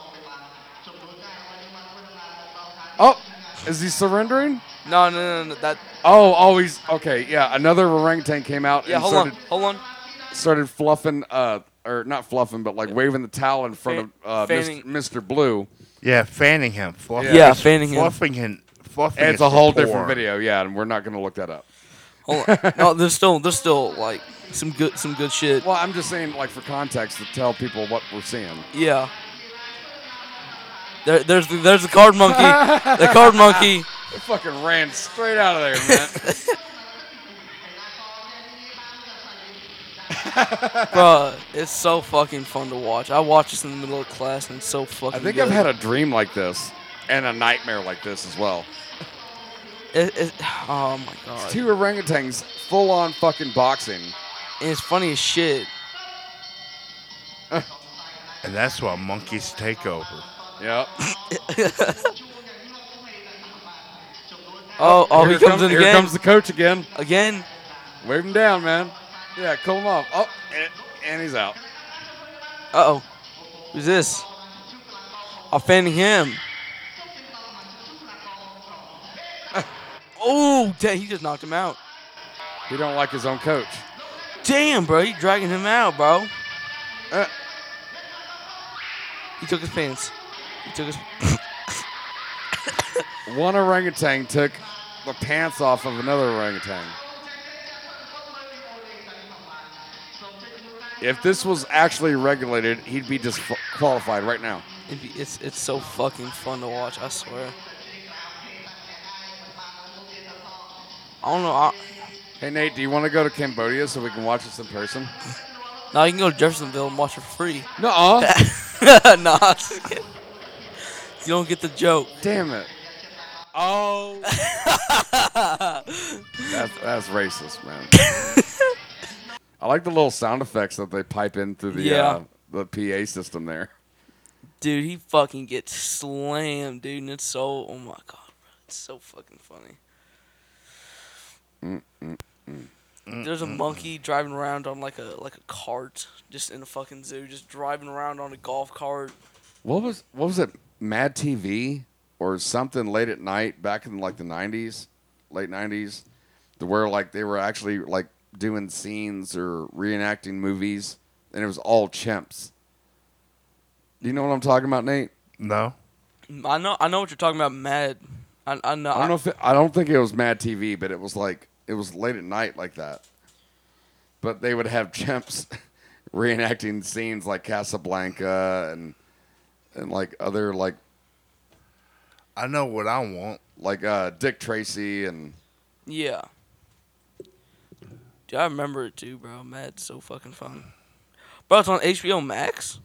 Oh, is he surrendering? no, no, no, no. That. Oh, oh, he's okay. Yeah, another orangutan came out Yeah, and hold on, started, hold on. started fluffing uh, or not fluffing, but like waving the towel in front Fan- of uh, fanning- Mr. Blue. Yeah, fanning him. Fluff, Yeah, Yeah, fanning him. fluffing him. Fluffing And it's is a for whole porn. different video, yeah, and we're not going to look that up. Hold on. No, there's still there's still like some good some good shit. Well, I'm just saying, like for context, to tell people what we're seeing. Yeah. There, there's the, there's the card monkey. the card monkey. It fucking ran straight out of there, man. Bruh, it's so fucking fun to watch. I watch this in the middle of class and it's so fucking I think good. I've had a dream like this and a nightmare like this as well. It, it, oh my god. It's two orangutans full on fucking boxing. And it's funny as shit. And that's why monkeys take over. Yep. Oh, oh, he here comes in here again. comes the coach again. again. Wave him down, man. Yeah, cool him off. Oh, and, and he's out. Uh oh. Who's this? Offending him. Oh, dang, he just knocked him out. He don't like his own coach. Damn, bro, he dragging him out, bro. Uh, He took his pants. He took his. one orangutan took the pants off of another orangutan. If this was actually regulated, he'd be disqualified right now. It'd be- It's it's so fucking fun to watch. I swear. I don't know. I, Hey Nate, do you want to go to Cambodia so we can watch this in person? now you can go to Jeffersonville and watch for free. No. nah, I'm just kidding. you don't get the joke. Damn it. Oh. that's, that's racist, man. I like the little sound effects that they pipe in through the Yeah. uh, the PA system there. Dude, he fucking gets slammed, dude, and it's so oh my god, bro, it's so fucking funny. There's a monkey driving around on like a like a cart, just in a fucking zoo, just driving around on a golf cart. What was what was it? Mad TV or something late at night back in like the nineties, late nineties, to where like they were actually like doing scenes or reenacting movies, and it was all chimps. Do you know what I'm talking about, Nate? No? I know, I know what you're talking about, mad. I, I know. I don't know if it, I don't think it was Mad TV, but it was like it was late at night like that. But they would have chimps reenacting scenes like Casablanca and and like other like I know what I want. like uh, Dick Tracy and Yeah. Dude, I remember it too, bro. Mad's so fucking fun. Bro, it's on HBO Max.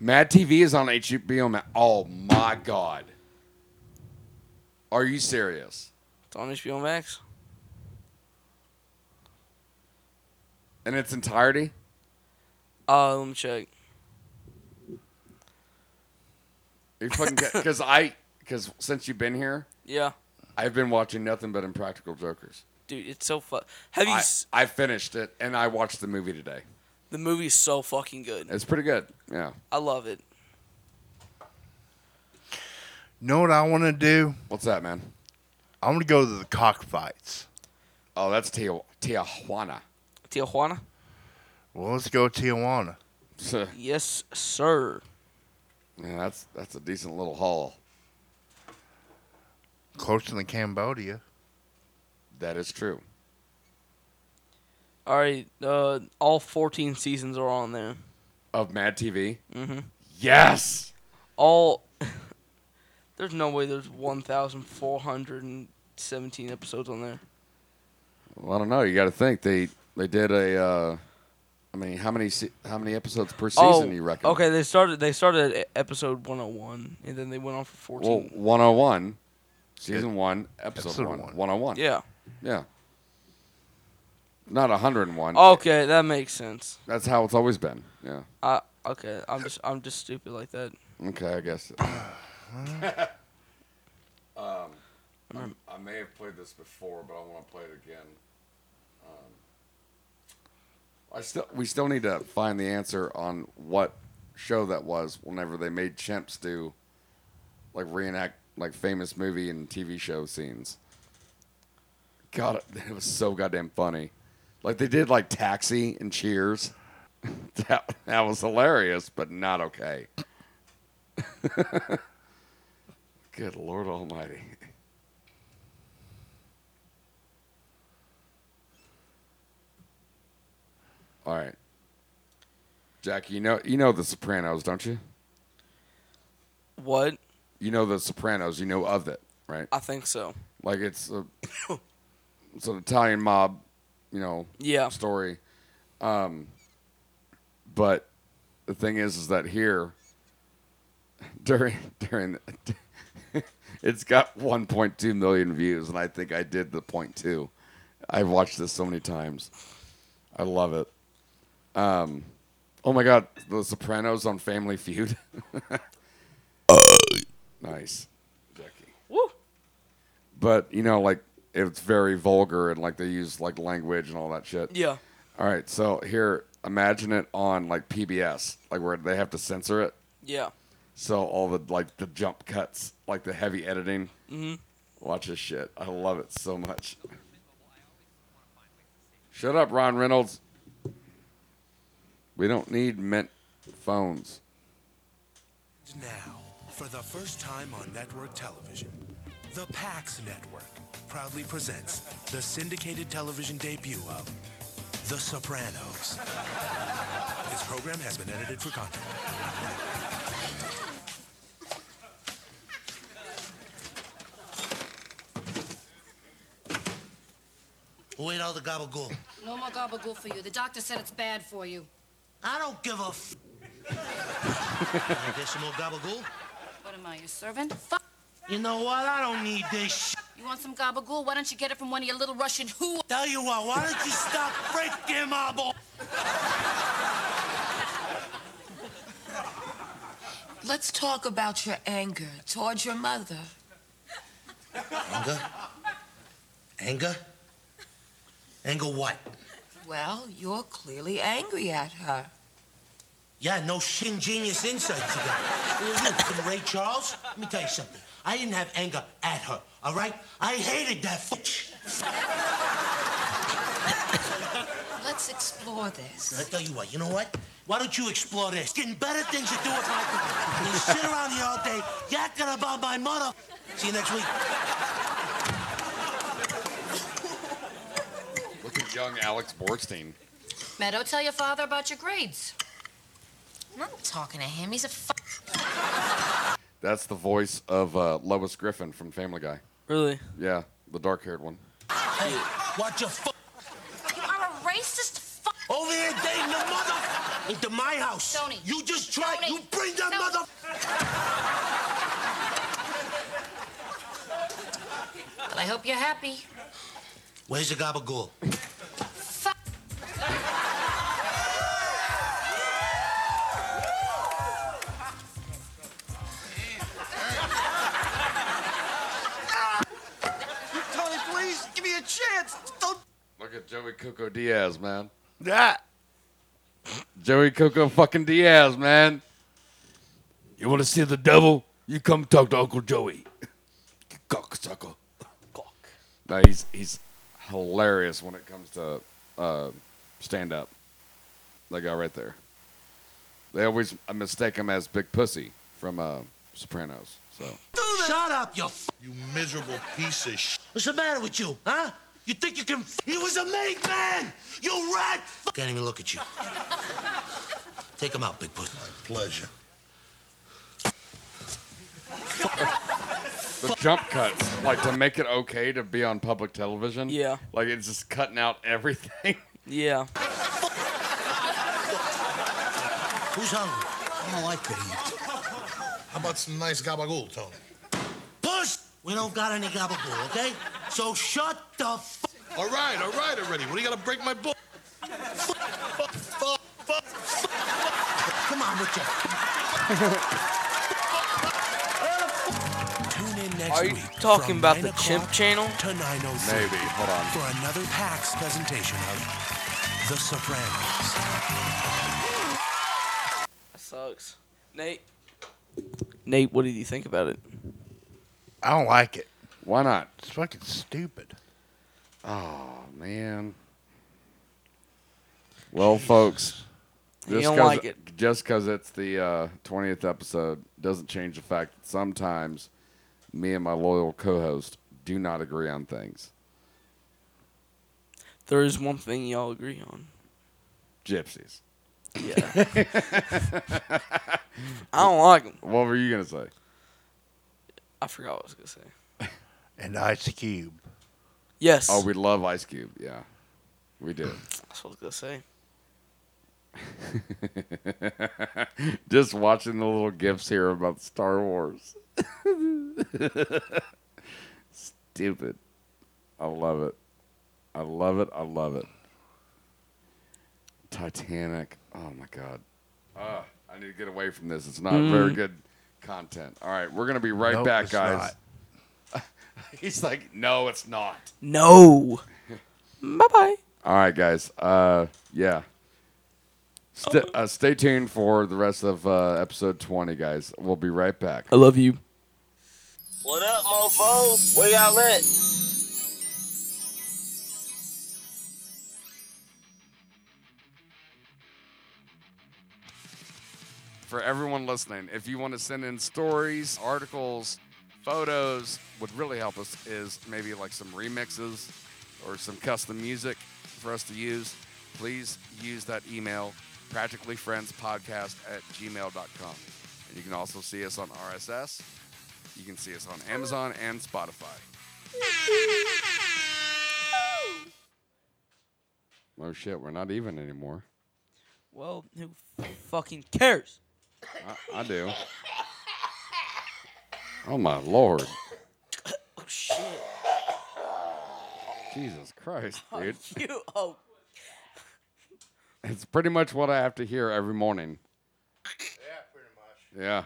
Mad TV is on HBO. Ma- oh my god, are you serious? It's on HBO Max. In its entirety? Uh, let me check. Are you fucking because I because since you've been here, Yeah. I've been watching nothing but Impractical Jokers. Dude, it's so fun. Have you? I, s- I finished it and I watched the movie today. the movie's so fucking good. It's pretty good. Yeah. I love it. Know what I want to do? What's that, man? I want to go to the cockfights. Oh, that's Tia- Tijuana. Tijuana. Well, let's go to Tijuana. yeah, Yes, sir. that's that's a decent little haul. Closer than Cambodia. That is true. All right. Uh, all 14 seasons are on there. Of Mad TV. Mm-hmm. Yes. All. there's no way there's 1,417 episodes on there. Well, I don't know. You got to think they they did a. Uh, I mean, how many se- how many episodes per season oh, you reckon? okay. They started. They started at episode 101, and then they went on for 14. Well, 101, season one, episode, Episode one, one. 101. yeah. Yeah. Not 101. Okay, that makes sense. That's how it's always been. Yeah. I okay. I'm just I'm just stupid like that. Okay, I guess. um, I, I may have played this before, but I want to play it again. Um, I still, we still need to find the answer on what show that was. Whenever they made chimps do, like reenact like famous movie and TV show scenes. God, it was so goddamn funny. Like they did like Taxi and Cheers. That, that was hilarious, but not okay. Good Lord Almighty. All right, Jackie, you know you know The Sopranos, don't you? What? You know The Sopranos. You know of it, right? I think so. Like it's a, it's an Italian mob, you know, Yeah. story. Um, but the thing is, is that here during during the, it's got 1.2 million views, and I think I did the point two. I've watched this so many times. I love it. Um, oh my God, The Sopranos on Family Feud. nice, Jackie Woo. but you know, like it's very vulgar and like they use like language and all that shit. Yeah. All right, so here, imagine it on like PBS, like where they have to censor it, Yeah. so all the like the jump cuts, like the heavy editing. Mm-hmm. Watch this shit. I love it so much. Shut up, Ron Reynolds. We don't need mint phones. Now, for the first time on network television, the PAX Network proudly presents the syndicated television debut of The Sopranos. this program has been edited for content. Who ate all the gabagool? No more gabagool for you. The doctor said it's bad for you. I don't give a f. I guess some more gabagool. What am I, your servant? Fuck. You know what? I don't need this sh. You want some gabagool? Why don't you get it from one of your little Russian who? Tell you what, why don't you stop breaking my ball? Let's talk about your anger towards your mother. Anger? Anger? Anger what? Well, you're clearly angry at her. Yeah, no shin genius insights you got. Who are you, some Ray Charles? Let me tell you something. I didn't have anger at her, all right? I hated that f. Let's explore this. I tell you what, you know what? Why don't you explore this? Getting better things to do with my time. You sit around here all day yakking about my mother. See you next week. Look at young Alex Borstein. Meadow, tell your father about your grades. I'm not talking to him. He's a fuck. That's the voice of uh, Lois Griffin from Family Guy. Really? Yeah, the dark-haired one. Watch your f- You are a racist fuck. over here dating the mother into my house. Tony. You just try. Tony. You bring that Tony. mother. Well, I hope you're happy. Where's the gabagool? Fuck. Tony, please give me a chance. Don't. Look at Joey Coco Diaz, man. Ah! Joey Coco fucking Diaz, man. You want to see the devil? You come talk to Uncle Joey. You Cocksucker. No, he's he's hilarious when it comes to uh, stand up. That guy right there. They always mistake him as Big Pussy from uh, Sopranos. So Shut up, you. F- You miserable piece of sh. What's the matter with you, huh? You think you can? F- he was a made man. You rat. F- Can't even look at you. Take him out, big pussy. Pleasure. the jump cuts, like to make it okay to be on public television. Yeah. like it's just cutting out everything. Yeah. Who's hungry? I don't like it here. How about some nice gabagool, Tony? Push. We don't got any gabagool, okay? So shut the. F- All right, all right already. What do you gotta break my bull? Come on with you. Tune in next Are you week talking from about 9 the o'clock Chimp Channel? To 9:03 Maybe. Hold on. For another PAX presentation of The Sopranos. That sucks. Nate. Nate, what did you think about it? I don't like it. Why not? It's fucking stupid. Oh man. Well, folks, you Just don't 'cause- like it. Just because it's the uh, twentieth episode doesn't change the fact that sometimes me and my loyal co-host do not agree on things. There is one thing y'all agree on. Gypsies. Yeah. I don't like them. What were you gonna say? I forgot what I was gonna say. And Ice Cube. Yes. Oh, we love Ice Cube. Yeah, we do. That's what I was gonna say. just watching the little gifs here about Star Wars. Stupid. I love it. I love it. I love it. Titanic. Oh my god. Ah, I need to get away from this. It's not very Mm. good content. All right, we're gonna be right Nope, back, it's guys. He's like, no, it's not. No. bye bye. All right, guys. Uh, yeah. St- uh, stay tuned for the rest of uh, episode 20, guys. We'll be right back. I love you. What up, mofo? Where y'all at? For everyone listening, if you want to send in stories, articles, photos, would really help us is maybe like some remixes or some custom music for us to use. Please use that email, practicallyfriendspodcast at gmail.com. And you can also see us on RSS. You can see us on Amazon and Spotify. Oh shit, we're not even anymore. Well, who fucking cares? I, I do. Oh my lord. Oh shit. Jesus Christ, dude. you oh It's pretty much what I have to hear every morning. Yeah, pretty much. Yeah.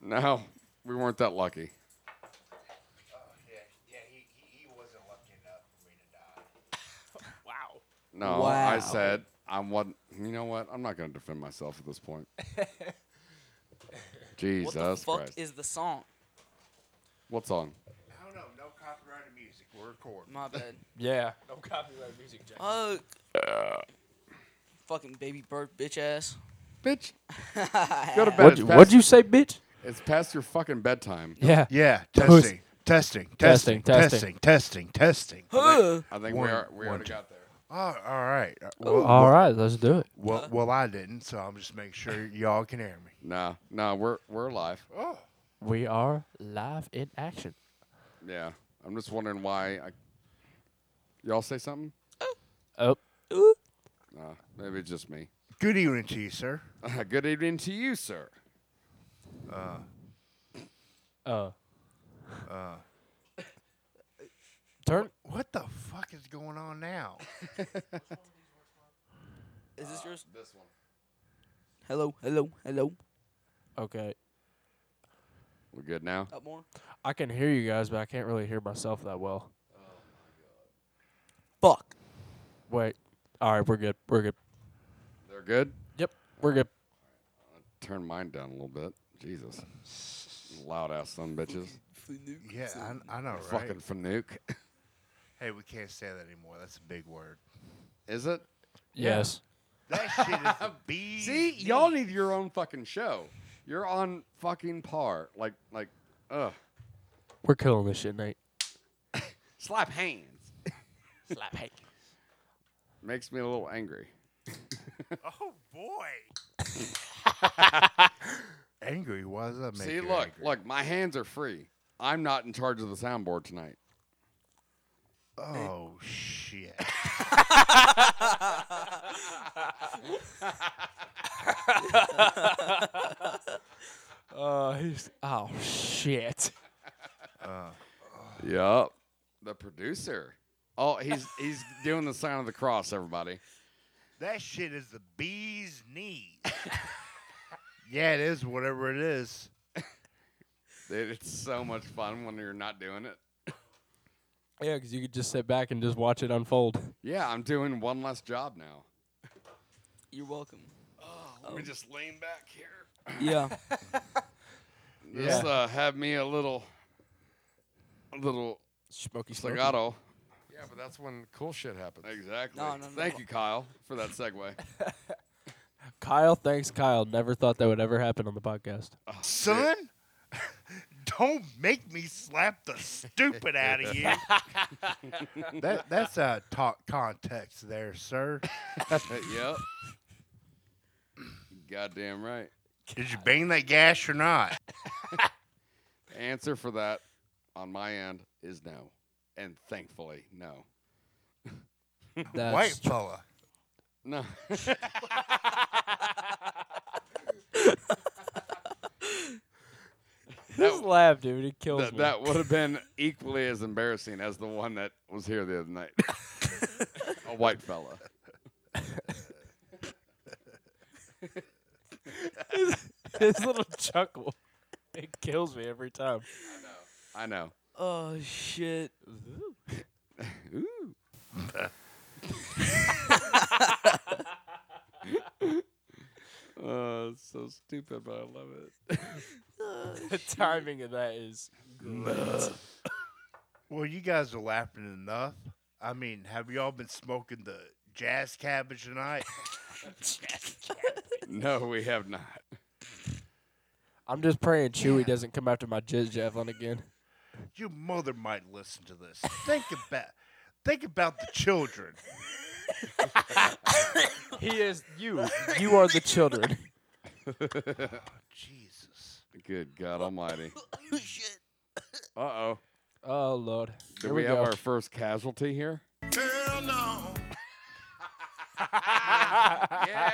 No, we weren't that lucky. Wow. No, Wow. I said I'm what you know what? I'm not gonna defend myself at this point. Jesus what the fuck Christ. is the song? What song? No, no, no copyrighted music. We're recording. My bad. Yeah. No copyright music, Jack. Fuck. Uh. Fucking baby bird bitch ass. Bitch. Ah. Go to bed. What'd It's you- past- what'd you say, bitch? It's past your fucking bedtime. Yeah. Yeah. Who's- Testing. Testing. Testing, Testing. testing. Testing. Testing. Testing. I think, I think One, we are we one, already two. got there. Oh, all right. Uh, Ooh. All right, let's do it. Well, well, I didn't, so I'm just making sure y'all can hear me. No, no, we're we're alive. Oh. We are live in action. Yeah, I'm just wondering why. I, y'all say something? Oh. No, maybe it's just me. Good evening to you, sir. Good evening to you, sir. Uh, Uh, uh, turn. what the fuck is going on now? Is this yours? This one. Hello, hello, hello. Okay. We're good now. Up more. I can hear you guys, but I can't really hear myself that well. Fuck. Wait. All right, we're good. We're good. They're good. Yep, we're good. Turn mine down a little bit. Jesus, loud ass son of bitches. yeah, I, I know, right? Fucking Fanuke. Hey, we can't say that anymore. That's a big word. Is it? Yes. That shit is a B. See, y'all need your own fucking show. You're on fucking par. Like, like, ugh. We're killing this shit, Nate. Slap hands. Slap hey. Makes me a little angry. Oh boy. angry? Why does that make See, you look, angry? look, my hands are free. I'm not in charge of the soundboard tonight. Oh shit. Uh, he's oh shit. Uh, Yup. The producer. Oh, he's he's doing the sign of the cross, everybody. that shit is the bee's knees. yeah, it is. Whatever it is. Dude, it's so much fun when you're not doing it. Yeah, 'cause you could just sit back and just watch it unfold. Yeah, I'm doing one less job now. You're welcome. Let me just lean back here. Yeah. Just uh, have me a little, a little Smoky, smoky. legato. Yeah, Yeah, but that's when cool shit happens. Exactly. No, no, no. Thank you, Kyle, for that segue. Kyle, thanks, Kyle. Never thought that would ever happen on the podcast. Son, don't make me slap the stupid out of you. that, that's a talk context there, sir. yep. Goddamn right. Did you bang that gash or not? The answer for that on my end is no. And thankfully, no. That's White tr- fella. No. His laugh, dude, it kills that, me. that would have been equally as embarrassing as the one that was here the other night. A white fella. his, his little chuckle. It kills me every time. I know. Oh shit. Ooh. Oh, it's so stupid, but I love it. the timing of that is great. Well, you guys are laughing enough. I mean, have y'all been smoking the jazz cabbage tonight? No, we have not. I'm just praying Chewy doesn't come after my jizz javelin again. Your mother might listen to this. Think about think about the children. he is you. You are the children. Jesus. Good God Almighty. oh shit. Uh oh. Oh lord. Do Here we, we have go. our first casualty here? Hell no. yeah.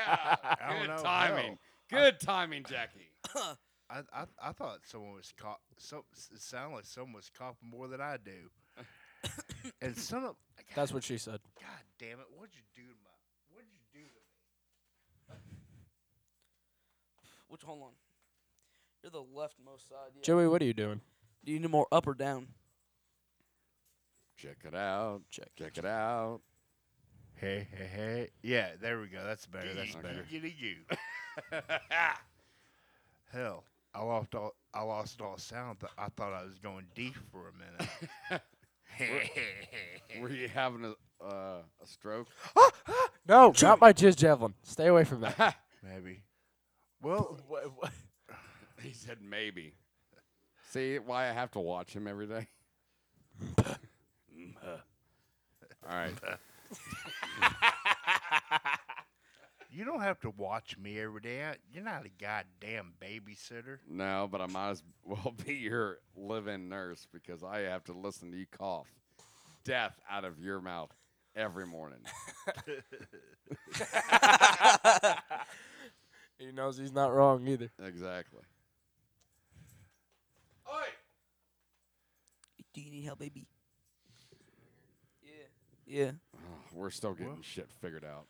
I don't Good know, timing. Good timing, Jackie. I, I I thought someone was caught. So it sounded like someone was coughing more than I do. and son of That's what she said. God damn it! What'd you do to my? What'd you do to me? Which hold on. You're the leftmost side. Yeah. Joey, what are you doing? Do you need more up or down? Check it out. Check, it out. Hey hey hey! Yeah, there we go. That's better. That's better. Giddy you. Hell, I lost all. I lost all sound. Th- I thought I was going deep for a minute. Were you having a uh, a stroke? No, not my jizz javelin. Stay away from that. Maybe. Well, He said maybe. See why I have to watch him every day? All right. you don't have to watch me every day. I- You're not a goddamn babysitter. No, but I might as well be your live-in nurse because I have to listen to you cough death out of your mouth every morning. he knows he's not wrong either. exactly. Do you need help, baby? Yeah. Yeah. We're still getting shit figured out.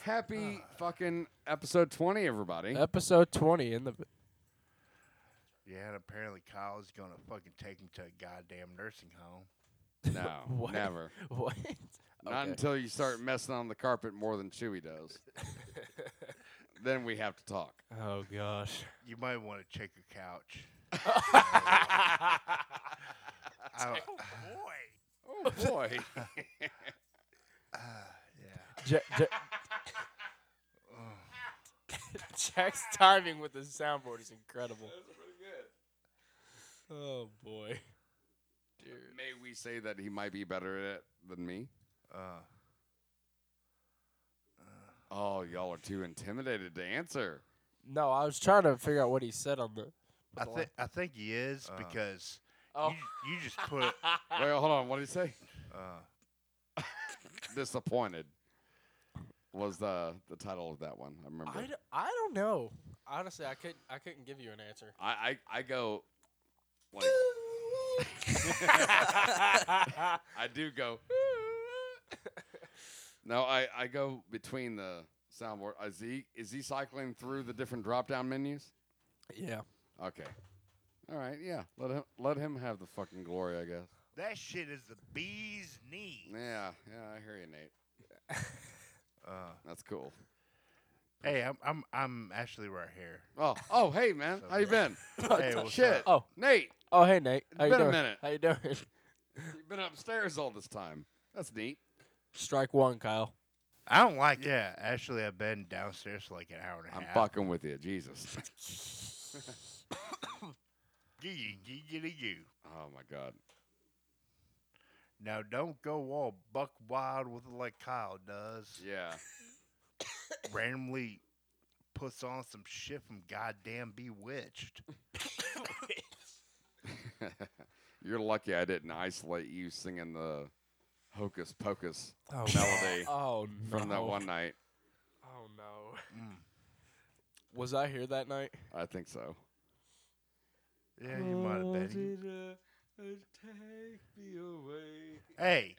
Happy fucking episode 20, everybody. Episode 20 in the Yeah, and apparently Kyle's gonna fucking take him to a goddamn nursing home. No, What? never. what? Not Okay. until you start messing on the carpet more than Chewy does. then we have to talk. Oh gosh. You might want to check your couch. oh boy. Oh boy. Ja- Ja- Jack's timing with his soundboard is incredible. Oh boy. May we say that he might be better at it than me? Uh, Oh, y'all are too intimidated to answer. No, I was trying to figure out what he said on the. I think I think he is Uh-huh. because Oh, you, you just put Wait, hold on. What did he say? uh, Disappointed was the the title of that one. I remember. I, d- I don't know. Honestly, I couldn't I couldn't give you an answer. I I, I go like I do go. no, I I go between the soundboard. Is he is he cycling through the different drop down menus? Yeah. Okay. All right. Yeah. Let him let him have the fucking glory. I guess. that shit is the bee's knee. Yeah. Yeah. I hear you, Nate. Uh, That's cool. hey, I'm I'm I'm actually right here. Oh, oh, hey, man, how you been? Hey, what's Shit, Oh. Nate, Oh hey Nate. How you been a doing? minute. How you doing? you've been upstairs all this time. That's neat. Strike one, Kyle. I don't like yeah. Actually, I've been downstairs for like an hour and a I'm half. fucking with you, Jesus. Gee, gee, gee, gee, gee. oh my god. Now don't go all buck wild with it like Kyle does. Yeah. Randomly puts on some shit from goddamn Bewitched. You're lucky I didn't isolate you singing the Hocus Pocus Oh, melody oh, from that no. one Mm. night. Oh no. Was I here that night? I think so. Yeah, you might have been. Take me away. Hey,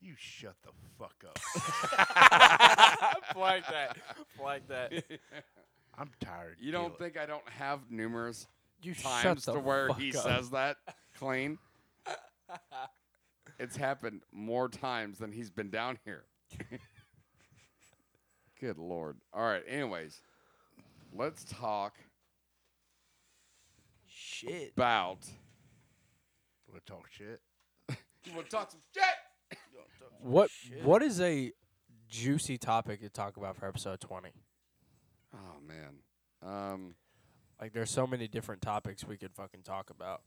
you shut the fuck up. Flag that. Flag that. I'm tired. You don't Caleb. think I don't have numerous You shut times the to where he fuck up. says that clean? it's happened more times than he's been down here. Good lord. All right, anyways, let's talk Shit. about Wanna talk shit? You want to talk some shit? What What is a juicy topic to talk about for episode twenty? Oh man. Um Like there's so many different topics we could fucking talk about.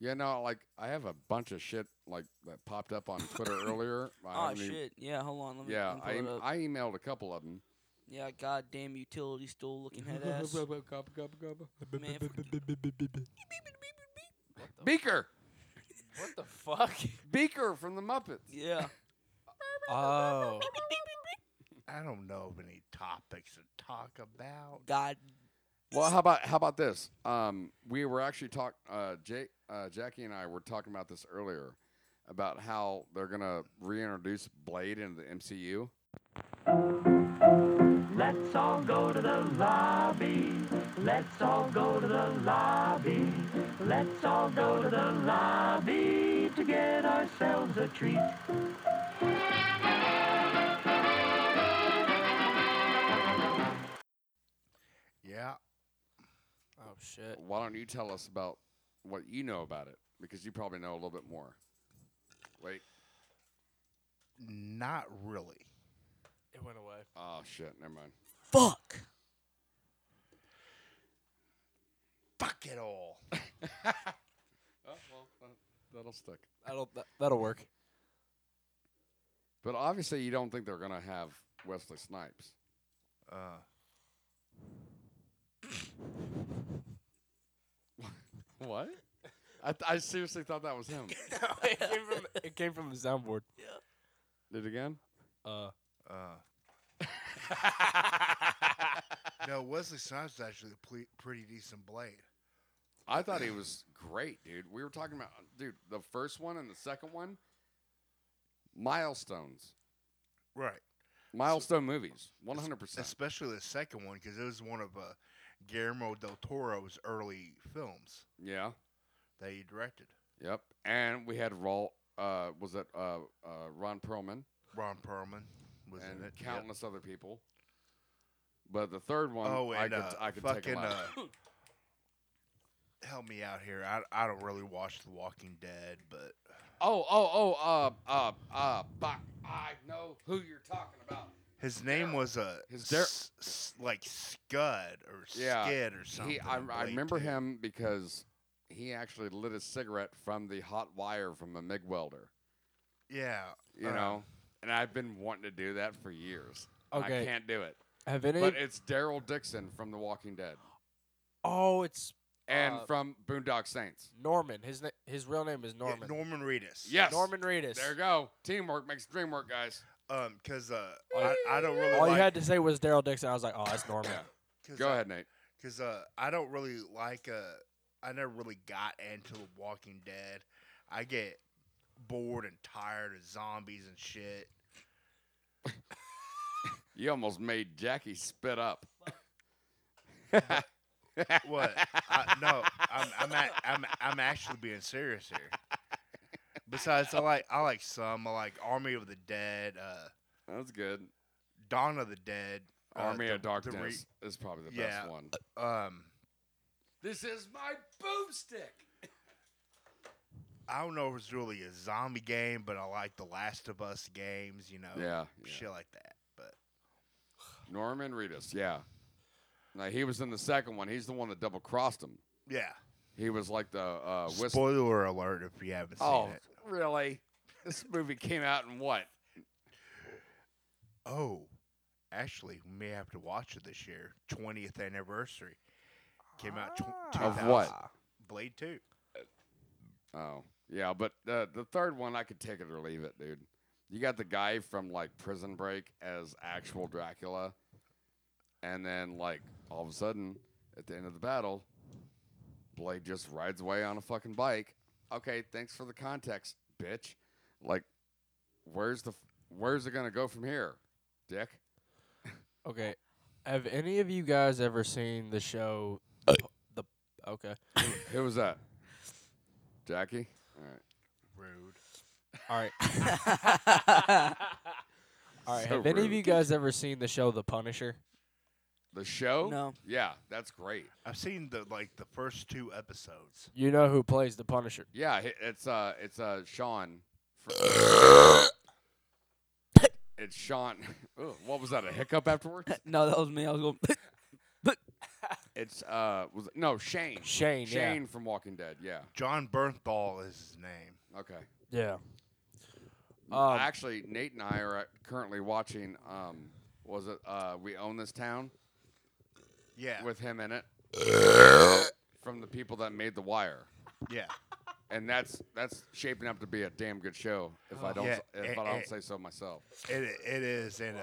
Yeah, no, like I have a bunch of shit like that popped up on Twitter earlier. Aw, I haven't even- Oh, shit. Yeah, hold on, let me- yeah, let me pull I it up. I emailed a couple of them. Yeah, goddamn utility store looking head ass. Man, Beaker. What the fuck? Beaker from the Muppets. Yeah. Oh. I don't know of any topics to talk about. God. Well, how about how about this? Um, we were actually talk. Uh, Jake, uh, Jackie, and I were talking about this earlier about how they're gonna reintroduce Blade into the MCU. Let's all go to the lobby. Let's all go to the lobby. Let's all go to the lobby to get ourselves a treat. Yeah. Oh shit. Why don't you tell us about what you know about it? Because you probably know a little bit more. Wait. Not really. It went away. Oh shit. Never mind. Fuck. Fuck it all. Oh well, that- that'll stick. That'll that, that'll work. But obviously, you don't think they're gonna have Wesley Snipes. Uh. what? I, th- I seriously thought that was him. it came from it came from the soundboard. Did it again? Uh. Uh. no, Wesley Snipes is actually a ple- pretty decent blade. I thought he was great, dude. We were talking about, dude, the first one and the second one, milestones, Right. milestone movies, one hundred percent. Especially the second one because it was one of uh, Guillermo del Toro's early films Yeah. that he directed. Yep. And we had Raw. Uh, was it uh, uh, Ron Perlman Ron Perlman was and in it. Yep. countless other people? But the third one, Oh, I and could, uh, I could fucking take him uh, out. help me out here. I, I don't really watch The Walking Dead, but Oh, oh, oh, uh, uh, uh, fuck, I know who you're talking about. his name was a uh, His Dar- s- s- like Scud or Yeah, Skid or something. He, I, I Blade remember too. him because he actually lit a cigarette from the hot wire from a MIG welder. Yeah, you uh, know. And I've been wanting to do that for years. And I Okay. can't do it. Have any? But it's Daryl Dixon from The Walking Dead oh, it's and uh, from Boondock Saints. Norman. His na- his real name is Yeah, Norman. Norman Reedus. Yes, Norman Reedus. There you go. Teamwork makes the dream work, guys. Um, because uh, I, I don't really. All like, you had to say was Daryl Dixon. I was like, oh, that's Norman. Cause Go I, ahead, Nate. Because uh, I don't really like. Uh, I never really got into The Walking Dead. I get bored and tired of zombies and shit. You almost made Jackie spit up. What? I, no, I'm I'm, at, I'm I'm actually being serious here. Besides, I like I like some. I like Army of the Dead, uh, That's good. Dawn of the Dead, uh, Army the- of the Darkness is probably the yeah, best one. re- um, This is my boomstick. I don't know if it's really a zombie game, but I like the Last of Us games. You know, Yeah, shit like that. But Norman Reedus, yeah. Now he was in the second one. He's the one that double crossed him. yeah, He was like the uh, whistle. spoiler alert if you haven't seen Oh, it. really? This movie came out in what? Oh, actually, we may have to watch it this year. Twentieth anniversary came out. Tw- Of 2000. what? Blade Two. Oh, yeah. But uh, the third one, I could take it or leave it, dude. You got the guy from like Prison Break as actual Dracula, and then like all of a sudden at the end of the battle, Blade just rides away on a fucking bike. Okay, thanks for the context, bitch. Like, where's the f- where's it gonna go from here, Dick? Okay. Have any of you guys ever seen the show? Uh. the okay. Who was that? Jackie. All right. Rude. All right. All So right. have any of rude. you guys ever seen the show The Punisher? The show? No. Yeah, that's great. I've seen the like the first two episodes. You know who plays the Punisher? Yeah, i- it's uh, it's uh, Sean. Fr- it's Sean. Ugh, what was that? A hiccup afterwards? no, that was me. I was going. It's uh, was it- no Shane. Shane, yeah. Shane from Walking Dead. Yeah. John Bernthal is his name. Okay. Yeah. Um, Actually, Nate and I are currently watching. Um, was it uh, We Own This Town? Yeah. With him in it. from the people that made The Wire. Yeah. And that's that's shaping up to be a damn good show. If I don't, Yeah, if I eh, don't eh. say so myself. It it is, and uh,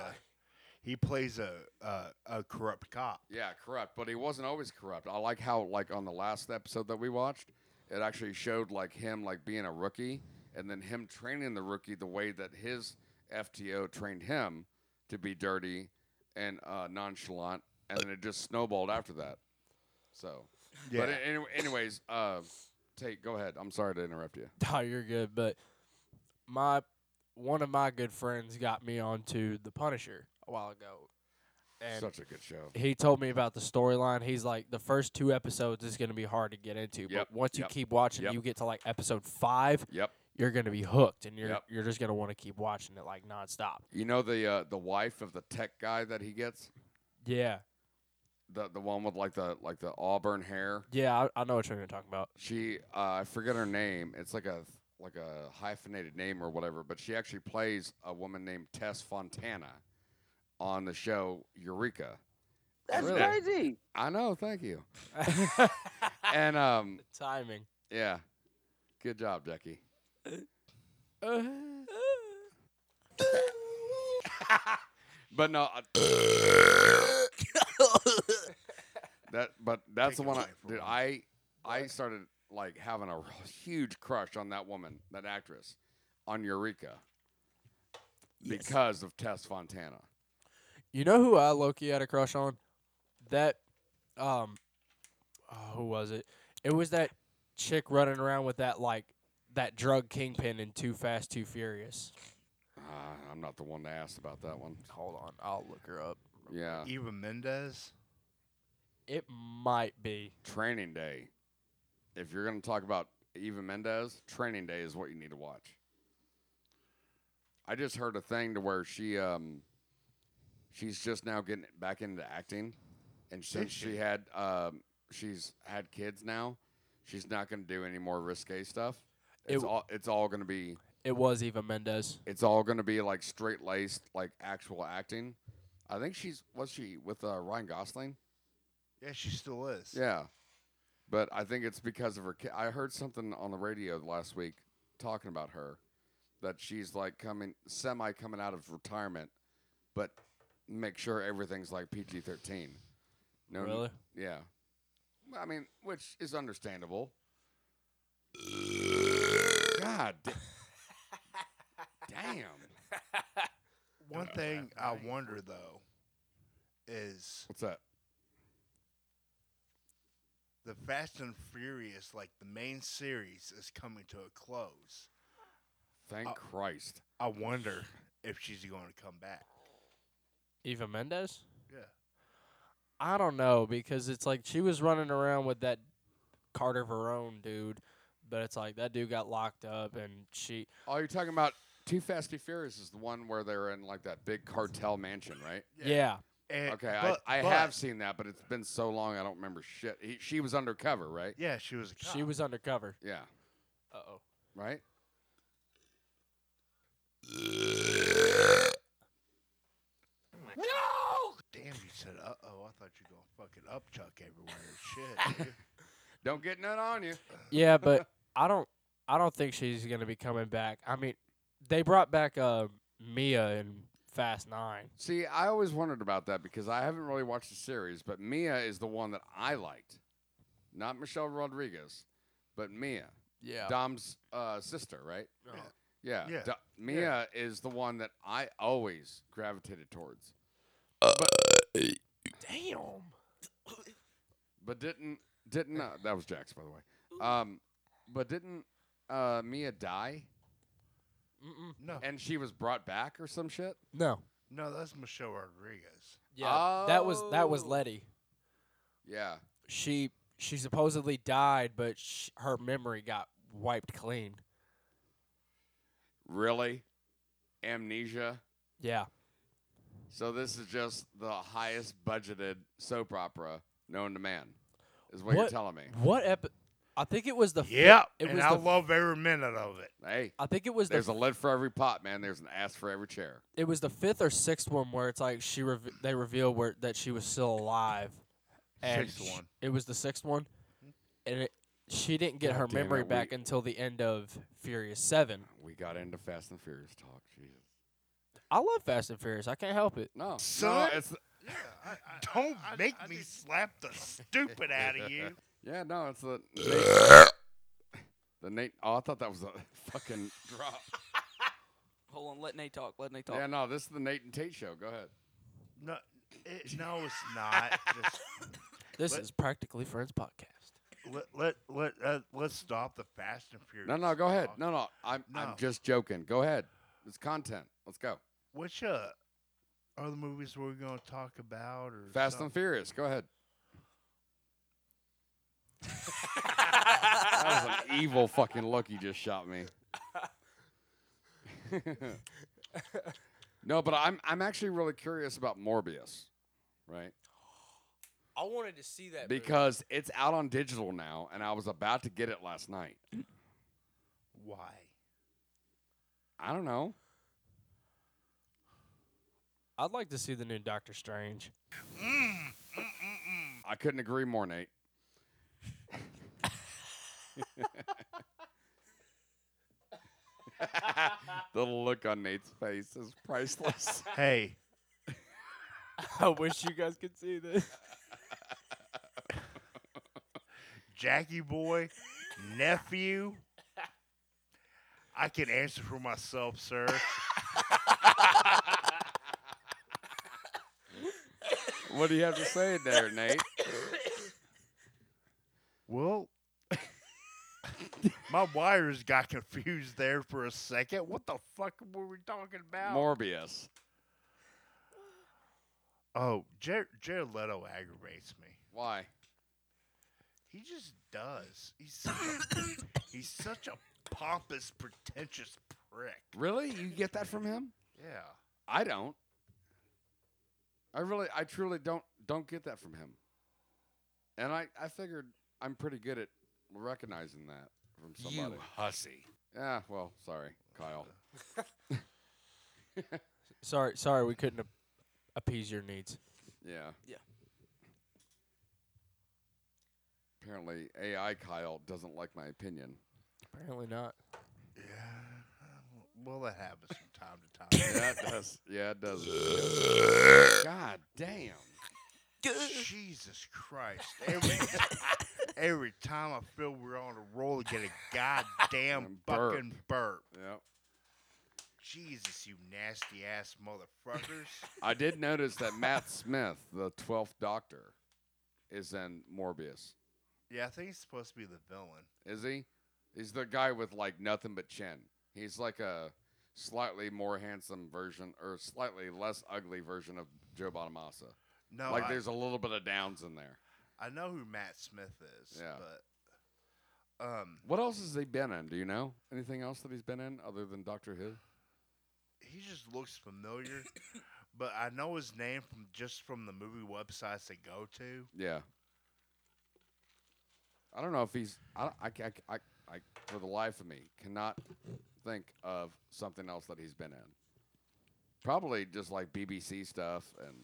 he plays a, a a corrupt cop. Yeah, corrupt. But he wasn't always corrupt. I like how, like on the last episode that we watched, it actually showed like him like being a rookie, and then him training the rookie the way that his FTO trained him to be dirty and uh, nonchalant, and then it just snowballed after that. So, Yeah. but anyway, anyways, uh, take go ahead. I'm sorry to interrupt you. Oh, you're good, but my one of my good friends got me onto The Punisher a while ago. And Such a good show. He told me about the storyline. He's like, the first two episodes is going to be hard to get into, Yep, but once you yep, keep watching, yep. you get to like episode five. Yep. You're going to be hooked, and you're Yep. you're just going to want to keep watching it like nonstop. You know the uh, the wife of the tech guy that he gets, Yeah, the the one with like the like the auburn hair. yeah, I, I know what you're going to talk about. She, uh, I forget her name. It's like a like a hyphenated name or whatever. But she actually plays a woman named Tess Fontana on the show Eureka. That's And- crazy. I know. Thank you. and um, timing. Yeah, good job, Jackie. But no. I- that but that's the one I dude, I I started like having a huge crush on that woman, that actress, on Eureka. Because of Tess Fontana. You know who I Loki had a crush on? That, um, oh, who was it? It was that chick running around with that like that drug kingpin in Too Fast, Too Furious. Ah, I'm not the one to ask about that one. Hold on, I'll look her up. Yeah. Eva Mendez. It might be. Training Day. If you're gonna talk about Eva Mendez, Training Day is what you need to watch. I just heard a thing to where she um she's just now getting back into acting, and since she had um she's had kids now, she's not gonna do any more risque stuff. It It's w- all it's all gonna be It was Eva Mendes. it's all gonna be like straight laced like actual acting. I think she's was she with uh, Ryan Gosling. Yeah, she still is. Yeah, but I think it's because of her. Ki- I heard something on the radio last week talking about her, that she's like coming semi coming out of retirement, but make sure everything's like PG thirteen. Really? Yeah. I mean, which is understandable. God. da- Damn. One thing I wonder though is What's that? the Fast and Furious, like the main series, is coming to a close. Thank Uh, Christ. I wonder if she's going to come back. Eva Mendes. Yeah. I don't know because it's like she was running around with that Carter Verone dude But it's like that dude got locked up and she. Oh, you're talking about Too Fast, Too Furious is the one where they're in like that big cartel mansion, right? Yeah. And- okay, Eh, but- I, I but- have seen that, but it's been so long I don't remember shit. He, she was undercover, right? Yeah, she was. A She was undercover. Yeah. Uh oh. Right. No! Damn, you said uh oh. I thought you were going fucking upchuck everywhere and shit. dude. Don't get none on you. Yeah, but I don't. I don't think she's gonna be coming back. I mean, they brought back uh, Mia in Fast Nine. See, I always wondered about that because I haven't really watched the series, but Mia is the one that I liked. Not Michelle Rodriguez, but Mia. Yeah. Dom's uh, sister, right? Uh-huh. Yeah. Yeah. Do- Mia is the one that I always gravitated towards. Damn. But didn't didn't uh, that was Jax by the way. Um, but didn't uh, Mia die? Mm-mm. No. And she was brought back or some shit. No. No, that's Michelle Rodriguez. Yeah. Oh. That was that was Letty. Yeah. She she supposedly died, but sh her memory got wiped clean. Really? Amnesia. Yeah. So this is just the highest budgeted soap opera known to man. Is what, you're telling me. What epi- I think it was the. fi- Yep. It and was I the, love every minute of it. Hey. I think it was the There's a lid for every pot, man. There's an ass for every chair. it was the fifth or sixth one where it's like she rev they reveal where that she was still alive. And Sixth sh- one. It was the sixth one, and it, she didn't get God her damn it, memory we- back until the end of Furious Seven. We got into Fast and Furious talk. Jesus. I love Fast and Furious. I can't help it. No, Son. no, it's Don't make me slap the stupid out of you. yeah, no, it's the Nate, the Nate. Oh, I thought that was a fucking drop. Hold on, let Nate talk. Let Nate talk. yeah, no, this is the Nate and Tate show. Go ahead. No, it, no, it's not. Just This let, is practically Friends podcast. let let let uh, let's stop the Fast and Furious. No, no, go ahead. talk. No, no, I'm No. I'm just joking. Go ahead. It's content. Let's go. Which uh, are the movies we're going to talk about? Or Fast and something? Furious. Go ahead. that was an evil fucking look you just shot me. no, but I'm I'm actually really curious about Morbius, right? I wanted to see that Because it's out on digital now, and I was about to get it last night. Why? I don't know. I'd like to see the new Doctor Strange. I couldn't agree more, Nate. the look on Nate's face is priceless. Hey, I wish you guys could see this. Jackie boy, nephew. I can answer for myself, sir. What do you have to say there, Nate? Well, my wires got confused there for a second. What the fuck were we talking about? Morbius. Oh, Jared, Jared Leto aggravates me. Why? He just does. He's such a, he's such a pompous, pretentious prick. Really? You get that from him? Yeah. I don't. I really, I truly don't don't get that from him. And I, I figured I'm pretty good at recognizing that from somebody. hussy. Yeah. Well, sorry, Kyle. Sorry, sorry, we couldn't ap- appease your needs. Yeah. Yeah. Apparently, AI Kyle doesn't like my opinion. Apparently not. Yeah. Well, that happens from time to time. Yeah, it does. Yeah, it does. God damn. Jesus Christ. Every, every time I feel we're on a roll, I get a goddamn Burp. fucking burp. Yep. Jesus, you nasty ass motherfuckers. I did notice that Matt Smith, the Twelfth Doctor, is in Morbius. yeah, I think he's supposed to be the villain. Is he? He's the guy with like nothing but chin. He's like a slightly more handsome version, or slightly less ugly version of Joe Bonamassa. No, like I- there's a little bit of downs in there. I know who Matt Smith is, Yeah. but Um, What else has he been in? Do you know anything else that he's been in other than Doctor Who? he just looks familiar, but I know his name from just from the movie websites they go to. Yeah. I don't know if he's. I, I, I, I, I, for the life of me, cannot think of something else that he's been in. Probably just like BBC stuff and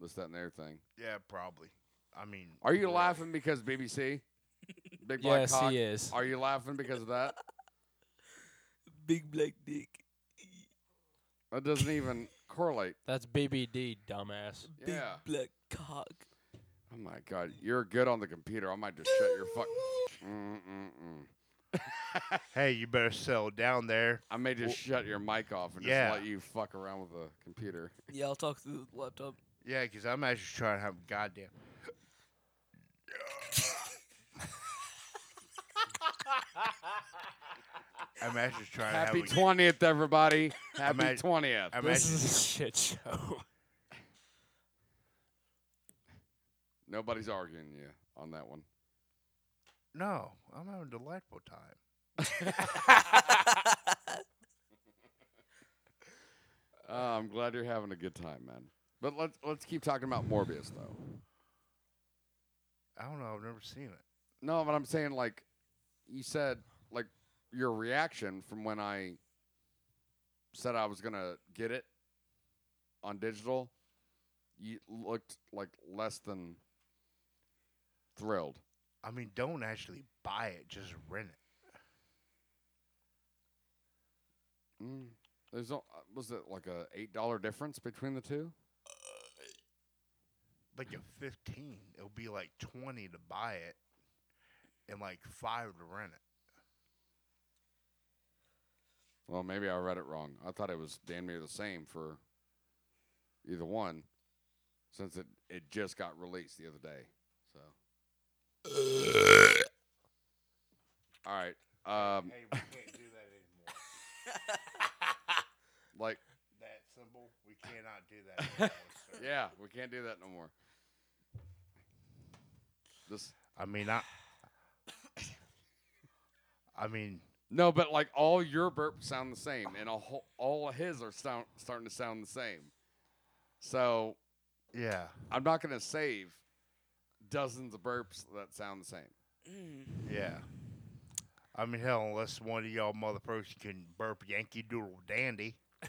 this, that, and the other thing. Yeah, probably. I mean, Are you laughing because BBC? Big black Yes, he cock? is. Are you laughing because of that? Big black dick. That doesn't even correlate. That's BBD, dumbass. Yeah. Big black cock. Oh my god, you're good on the computer. I might just shut your fuck. Mm-mm-mm. hey, you better settle down there. I may just shut your mic off and Yeah. just let you fuck around with the computer. Yeah, I'll talk through the laptop. Yeah, because I'm actually trying to have a goddamn. I'm actually trying Happy to have twentieth, everybody. I'm Happy act- twentieth. I'm This This is a shit show. Nobody's arguing you on that one. a. No, I'm having a delightful time. Uh, I'm glad you're having a good time, man. But let's let's keep talking about Morbius though. I don't know. I've never seen it. No, but I'm saying like you said like your reaction from when I said I was gonna get it on digital, you looked like less than thrilled. I mean, don't actually buy it. Just rent it. Mm. There's no, uh, was it like a eight dollar difference between the two? Like a 15. It'll be like 20 to buy it and like 5 to rent it. Well, maybe I read it wrong. I thought it was damn near the same for either one, since it it just got released the other day. So. All right. Um, can't do that anymore. like, That symbol, we cannot do that anymore, sir. yeah, we can't do that no more. This I mean, I. I mean, no, but like all your burps sound the same, and a whole, all of his are sound starting to sound the same. So yeah, I'm not gonna save dozens of burps that sound the same. yeah. I mean, hell, unless one of y'all motherfuckers can burp Yankee Doodle Dandy.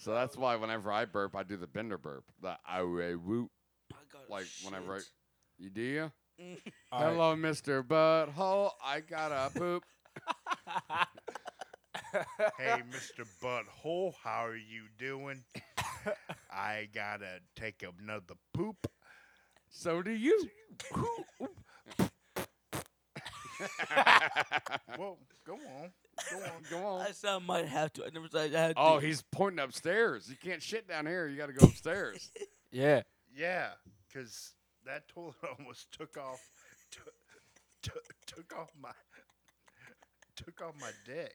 So that's why whenever I burp, I do the bender burp. The I whoop. I got Like whenever I, shit. you do you? Mm. Hello, Mister Butthole. I gotta poop. hey, Mr. Butthole, how are you doing? I gotta take another poop. So do you. Well, go on. Go on. Go on. I said I might have to. I never said I had to. Oh, he's pointing upstairs. You can't shit down here. You gotta go upstairs. Yeah. Yeah, because that toilet almost took off, took, took, took off my, took off my dick.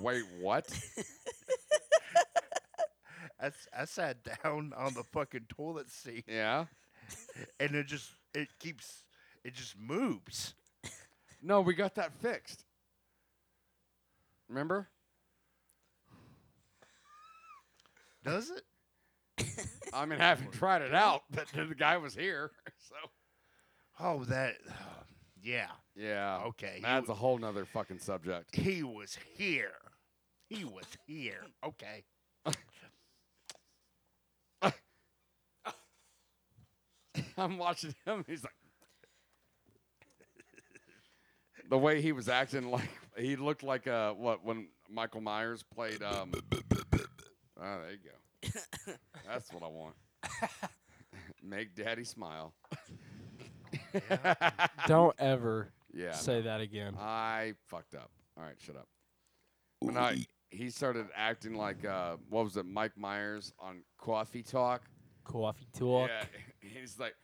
Wait, what? I, s- I sat down on the fucking toilet seat, Yeah. and it just it keeps it just moves. No, we got that fixed. Remember? Does it? I mean, I haven't tried it out, but the guy was here, so. Oh, that. yeah, Yeah. Okay, he That's w- a whole nother fucking subject. he was here. He was here. Okay. I'm watching him. He's like, the way he was acting, like he looked like uh, what when Michael Myers played. Um, oh, there you go. That's what I want. Make Daddy smile. Don't ever Yeah, Uh, say that again. I fucked up. All right, shut up. When I he started acting like uh, what was it, Mike Myers on Coffee Talk. Coffee talk. Yeah, he's like,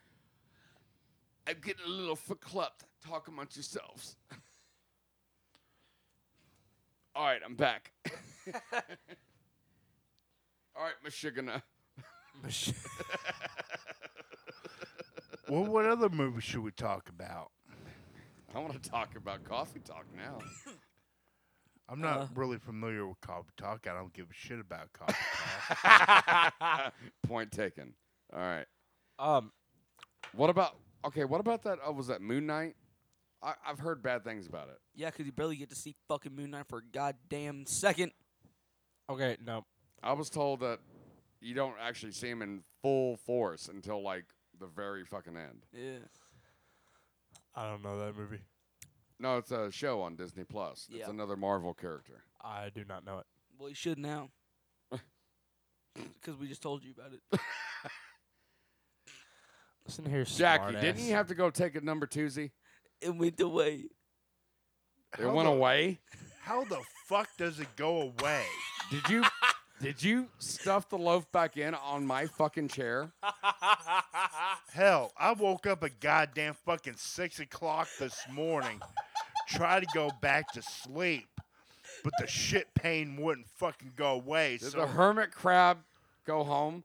I'm getting a little verklempt. Talk amongst yourselves. All right, I'm back. All right, Michigana. Wha- Well, what other movie should we talk about? I want to talk about coffee talk now. I'm not Uh-huh. really familiar with coffee talk. I don't give a shit about coffee talk. Point taken. All right. Um, what about okay? What about that? Oh, was that Moon Knight? I, I've heard bad things about it. Yeah, because you barely get to see fucking Moon Knight for a goddamn second. Okay, no. I was told that you don't actually see him in full force until like the very fucking end. Yeah. I don't know that movie. No, it's a show on Disney Plus. Yeah. It's another Marvel character. I do not know it. Well, you should now. Because we just told you about it. Listen here, Jackie, smartass. didn't you have to go take a number twosie? It went away. It went away. How the fuck does it go away? Did you did you stuff the loaf back in on my fucking chair? Hell, I woke up at goddamn fucking six o'clock this morning, try to go back to sleep, but the shit pain wouldn't fucking go away. Did so the hermit crab go home?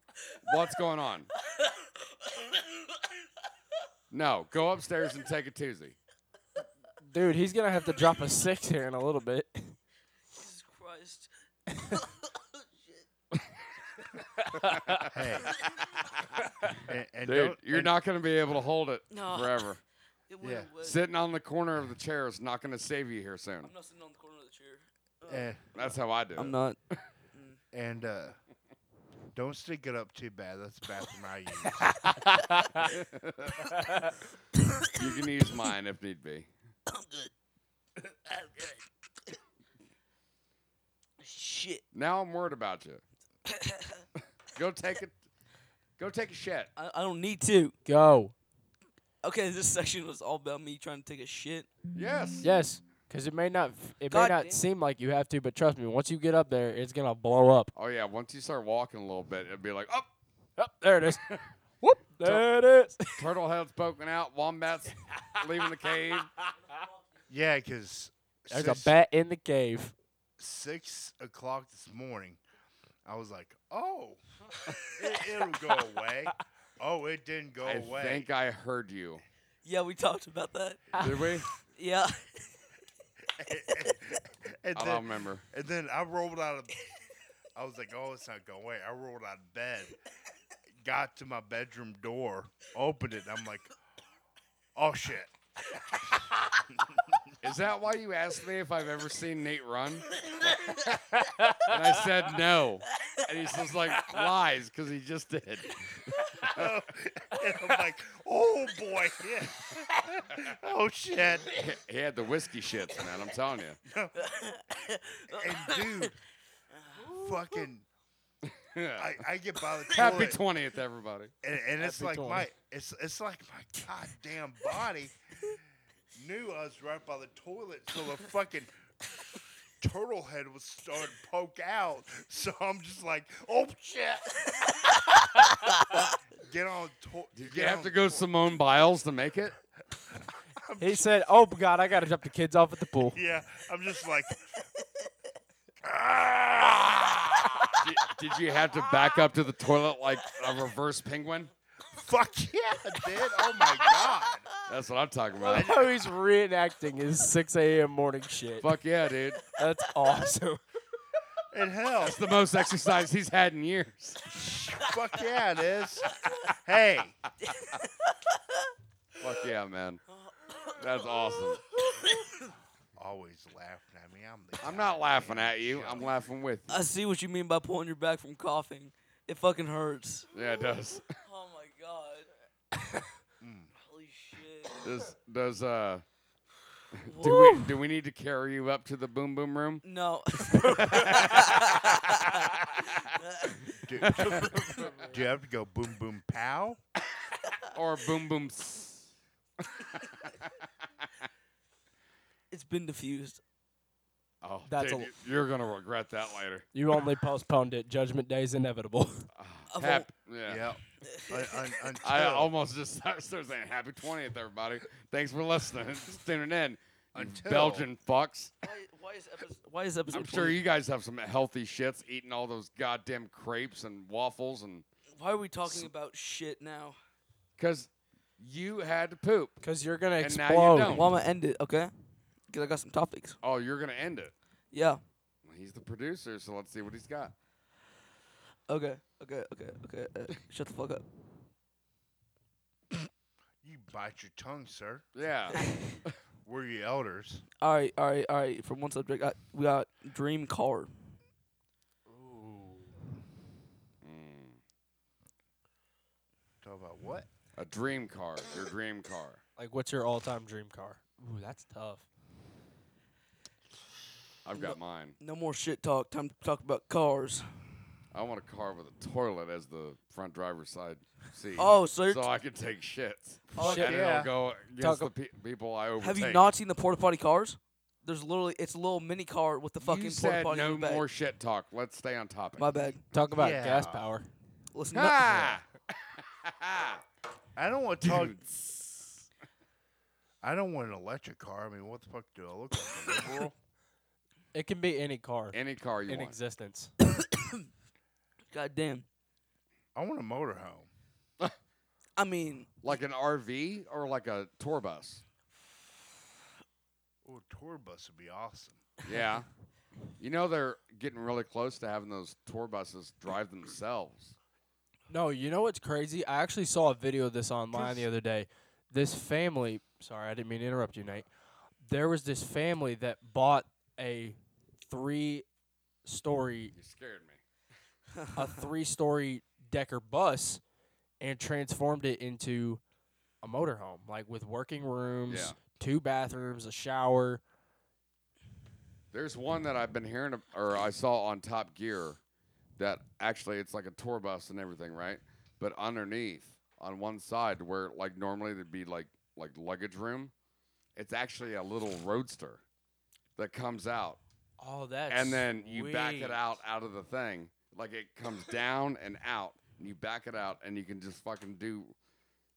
What's going on? No, go upstairs and take a toosie. Dude, he's gonna have to drop a six here in a little bit. Jesus Christ. hey, and, Dude, and don't- you're and- not going to be able to hold it No. forever. It went Yeah. away. Sitting on the corner of the chair is not going to save you here soon. I'm not sitting on the corner of the chair. Eh. That's how I do it. I'm not. and uh, don't stick it up too bad. That's the bathroom I use. you can use mine if need be. Shit. Now I'm worried about you. go take it. Go take a shit. I, I don't need to. Go. Okay, this section was all about me trying to take a shit. Yes. Yes, because it may not it God may not damn. seem like you have to, but trust me, once you get up there, it's gonna blow up. Oh yeah. Once you start walking a little bit, it'd be like, oh, Up there it is. Whoop! There it is. turtle heads poking out, wombats leaving the cave. yeah, because There's a bat in the cave. six o'clock this morning, I was like, "Oh, it, it'll go away." Oh, it didn't go I away. think I heard you. Yeah, we talked about that. Did we? Yeah. and I don't remember. And then I rolled out of. I was like, "Oh, it's not going away." I rolled out of bed, got to my bedroom door, opened it. and I'm like, "Oh shit!" Is that why you asked me if I've ever seen Nate run? and I said no. And he's just like lies because he just did. and I'm like, "Oh boy!" oh shit! He had the whiskey shits, man. I'm telling you. and dude, fucking, I, I get by the Happy toilet. twentieth, everybody. and, and it's Happy like 20. my it's it's like my goddamn body knew I was right by the toilet, so the fucking turtle head was starting to poke out. So I'm just like, oh shit! get on to- Did you get have on- to go Simone Biles to make it? He said, "Oh God, I gotta drop the kids off at the pool." Yeah, I'm just like, Did, did you have to back up to the toilet like a reverse penguin? fuck yeah, dude! Oh my god! That's what I'm talking I about. know he's reenacting his 6 a.m. morning shit. Fuck yeah, dude. That's awesome. And hell, That's the most exercise he's had in years. fuck yeah, it is. Hey, Fuck yeah, man. That's awesome. always laughing at me. I'm the I'm not laughing at you. I'm laughing with you. I see what you mean by pulling your back from coughing. It fucking hurts. Yeah, it does. Oh my god. Mm. Holy shit. Does does uh do we do we need to carry you up to the boom boom room? No. Dude, do you have to go boom boom pow? Or boom boom s- it's been diffused. Oh, That's That's a- you're gonna regret that later. You only postponed it. Judgment Day is inevitable. I've al- Hap- yeah. Yep. Un- un- until, I almost just started saying happy 20th, everybody. Thanks for listening, tuning in. you Until- Belgian fucks. why, why is episode, why is episode I'm sure 20 you guys have some healthy shits eating all those goddamn crepes and waffles and Why are we talking about shit now? because You had to poop. Because you're going to And now explode. you don't. Well, I'm gonna end it, okay? Because I got some topics. Oh, you're gonna end it. Yeah. He's the producer, so let's see what he's got. Okay. Okay. Okay. Okay. Uh, shut the fuck up. You bite your tongue, sir. Yeah. We're your elders. All right. All right. All right. From one subject, I, we got dream car. Talk about what? A dream car. Your dream car. Like, what's your all time dream car? Ooh, that's tough. I've got mine. No more shit talk. Time to talk about cars. I want a car with a toilet as the front driver's side seat. Oh, so you're so t- I can take shits. Oh, and yeah. it'll go Talk against the pe- people I overtake. Have you not seen the porta potty cars? There's literally it's a little mini car with the fucking You porta said potty. no in the back. more shit talk. Let's stay on topic. My bad. Talk about Yeah. gas power. Listen. Ah! I don't want to talk. I don't want an electric car. I mean, what the fuck do I look like? A liberal? It can be any car. Any car you in want. existence. God damn. I want a motorhome. I mean, Like an RV or like a tour bus. Oh, a tour bus would be awesome. Yeah. you know they're getting really close to having those tour buses drive themselves. No, you know what's crazy? I actually saw a video of this online the other day. This family, sorry, I didn't mean to interrupt you, Nate. There was this family that bought a three story You scared me. a three story decker bus and transformed it into a motorhome, like with working rooms, Yeah. two bathrooms, a shower. There's one that I've been hearing ab- or I saw on Top Gear that actually it's like a tour bus and everything, right? But underneath on one side where like normally there'd be like like luggage room, it's actually a little roadster that comes out Oh, that's and then you back it out out of the thing. Like it comes down and out, and you back it out, and you can just fucking do.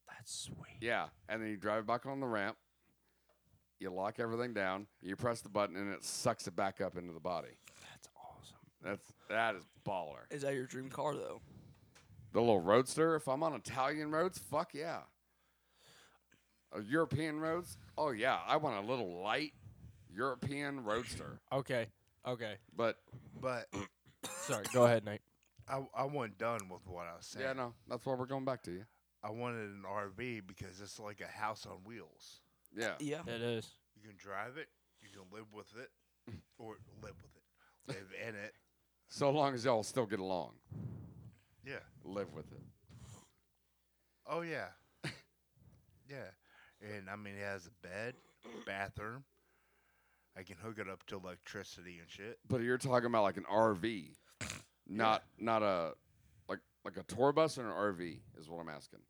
That's sweet. Yeah, and then you drive back on the ramp. You lock everything down. You press the button, and it sucks it back up into the body. That's awesome. That's that is baller. is that your dream car though? The little roadster. If I'm on Italian roads, fuck yeah. Uh, European roads. Oh yeah, I want a little light European roadster. Okay. Okay. But But Sorry, go ahead, Nate. I, I wasn't done with what I was saying. yeah, no, that's why we're going back to you. I wanted an RV because it's like a house on wheels. Yeah. Yeah. It is. You can drive it. You can live with it, or live with it, live in it. So long as y'all still get along, Yeah. live with it. Oh yeah. yeah. And I mean, it has a bed, bathroom. I can hook it up to electricity and shit. But you're talking about like an RV, not not a like like a tour bus or an RV is what I'm asking.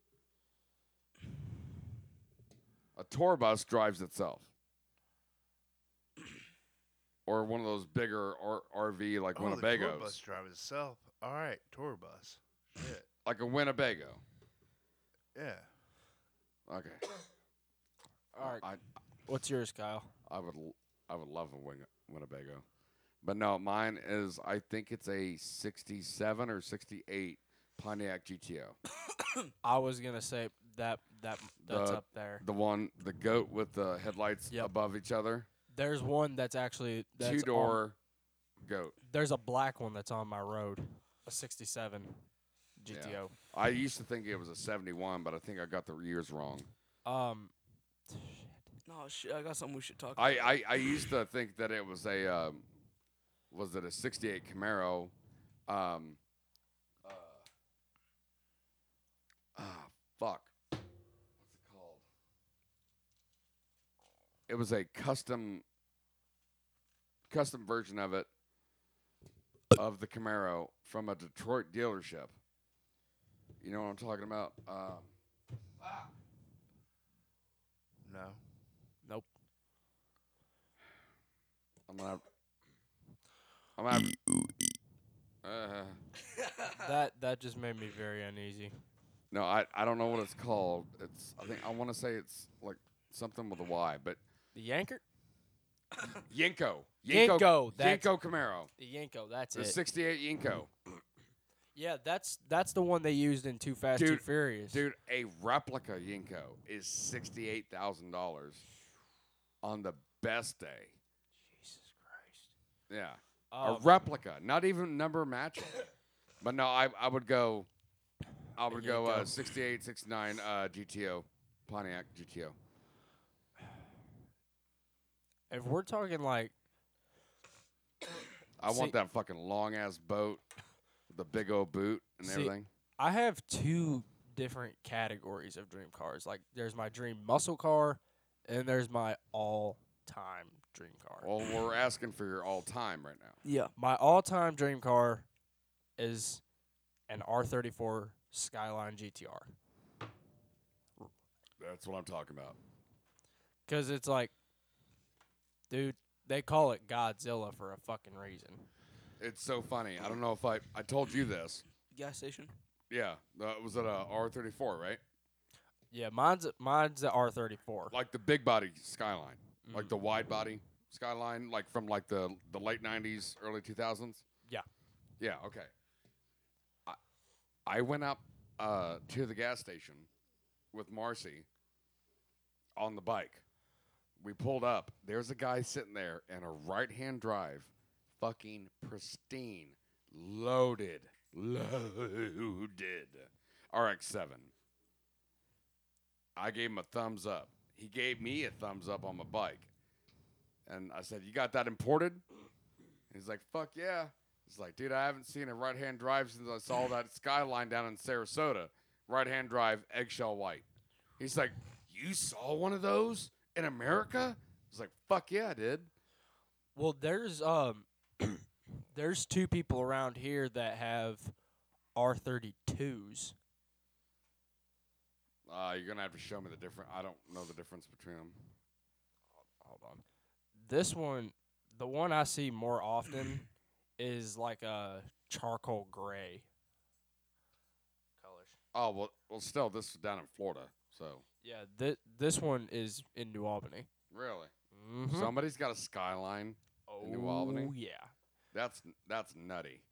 A tour bus drives itself, or one of those bigger R- RV like Oh, the tour bus Winnebagos, drives itself. All right, tour bus. Shit. like a Winnebago. Yeah. Okay, All right. I What's yours, Kyle? I would l- I would love a Win- Winnebago, but no, mine is I think it's a '67 or '68 Pontiac GTO. I was gonna say that that that's the- up there. The one, the goat with the headlights Yep. above each other. There's one that's actually that's Two on- door goat. there's a black one that's on my road, a '67 Yeah. GTO. I used to think it was a 71, but I think I got the years wrong. Um, No shit. I got something we should talk. I, about. I, I used to think that it was a, um, was it a 68 Camaro? Um, uh, ah, fuck. What's it called? It was a custom, custom version of it, of the Camaro from a Detroit dealership. You know what I'm talking about? Um, No. nope. I'm gonna. Have, I'm gonna. Have, uh, That that just made me very uneasy. no, I I don't know what it's called. It's I think I want to say it's like something with a Y, but The Yanker, Yenko. Yenko, that's- Yenko Camaro. the Yanko. That's The it. '68 Yenko. Yeah, that's that's the one they used in Too Fast, Too Furious. Dude, a replica Yinko is sixty-eight thousand dollars on the best day. Jesus Christ. Yeah, a Um, replica, not even number matching. but no, I I would go, I would go uh, Yinko. 68, 69 uh, GTO, Pontiac GTO. If we're talking like I See- want that fucking long ass boat, with the big old boot and See, everything. I have two different categories of dream cars. Like there's my dream muscle car, and there's my all-time dream car. Well, we're asking for your all time right now. Yeah. My all-time dream car is an R34 Skyline GTR That's what I'm talking about. because it's like, dude, they call it Godzilla for a fucking reason. It's so funny. I don't know if I I told you this. Gas station. Yeah, that was at a R34, right? Yeah, mine's mine's the R34. Like the big body Skyline, like the wide body Skyline, like from like the the late '90s, early 2000s. Yeah. Yeah. Okay. I I went up uh, to the gas station with Marcy on the bike. We pulled up. There's a guy sitting there in a right-hand drive, fucking pristine, loaded, loaded RX-7. I gave him a thumbs up. He gave me a thumbs up on my bike. And I said, You got that imported? He's like, Fuck yeah. He's like, Dude, I haven't seen a right hand drive since I saw that skyline down in Sarasota. Right hand drive, eggshell white. He's like, You saw one of those in America? He's like, Fuck yeah, I did. Well, there's um, there's two people around here that have R32s. Uh, you're going to have to show me the difference. I don't know the difference between them. Hold on. This one, the one I see more often, is like a charcoal gray. Colors. Oh, well, well still, this is down in Florida. So, Yeah, th- this one is in New Albany. really? Mhm. Somebody's got a skyline Mm-hmm. in New Albany. Oh, yeah. That's that's nutty.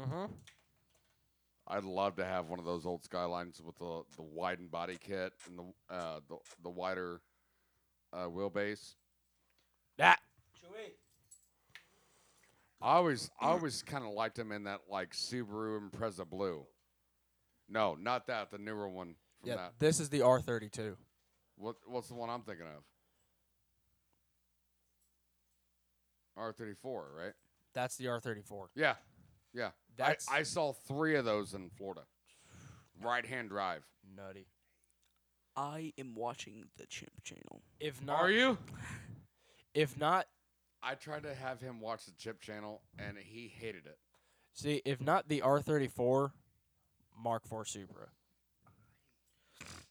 Mm-hmm. Uh-huh. I'd love to have one of those old Skylines with the the widened body kit and the uh, the, the wider uh, wheelbase. That. I always I always kind of liked them in that like Subaru Impreza blue. No, not that the newer one from Yeah, that. this is the R32. What what's the one I'm thinking of? R34, right? That's the R34. Yeah, yeah. That's- I, I saw three of those in Florida. Right hand drive. Nutty. I am watching the Chimp Channel. If not, Are you? If not, I tried to have him watch the Chip Channel, and he hated it. see, if not the R34, Mark IV Supra.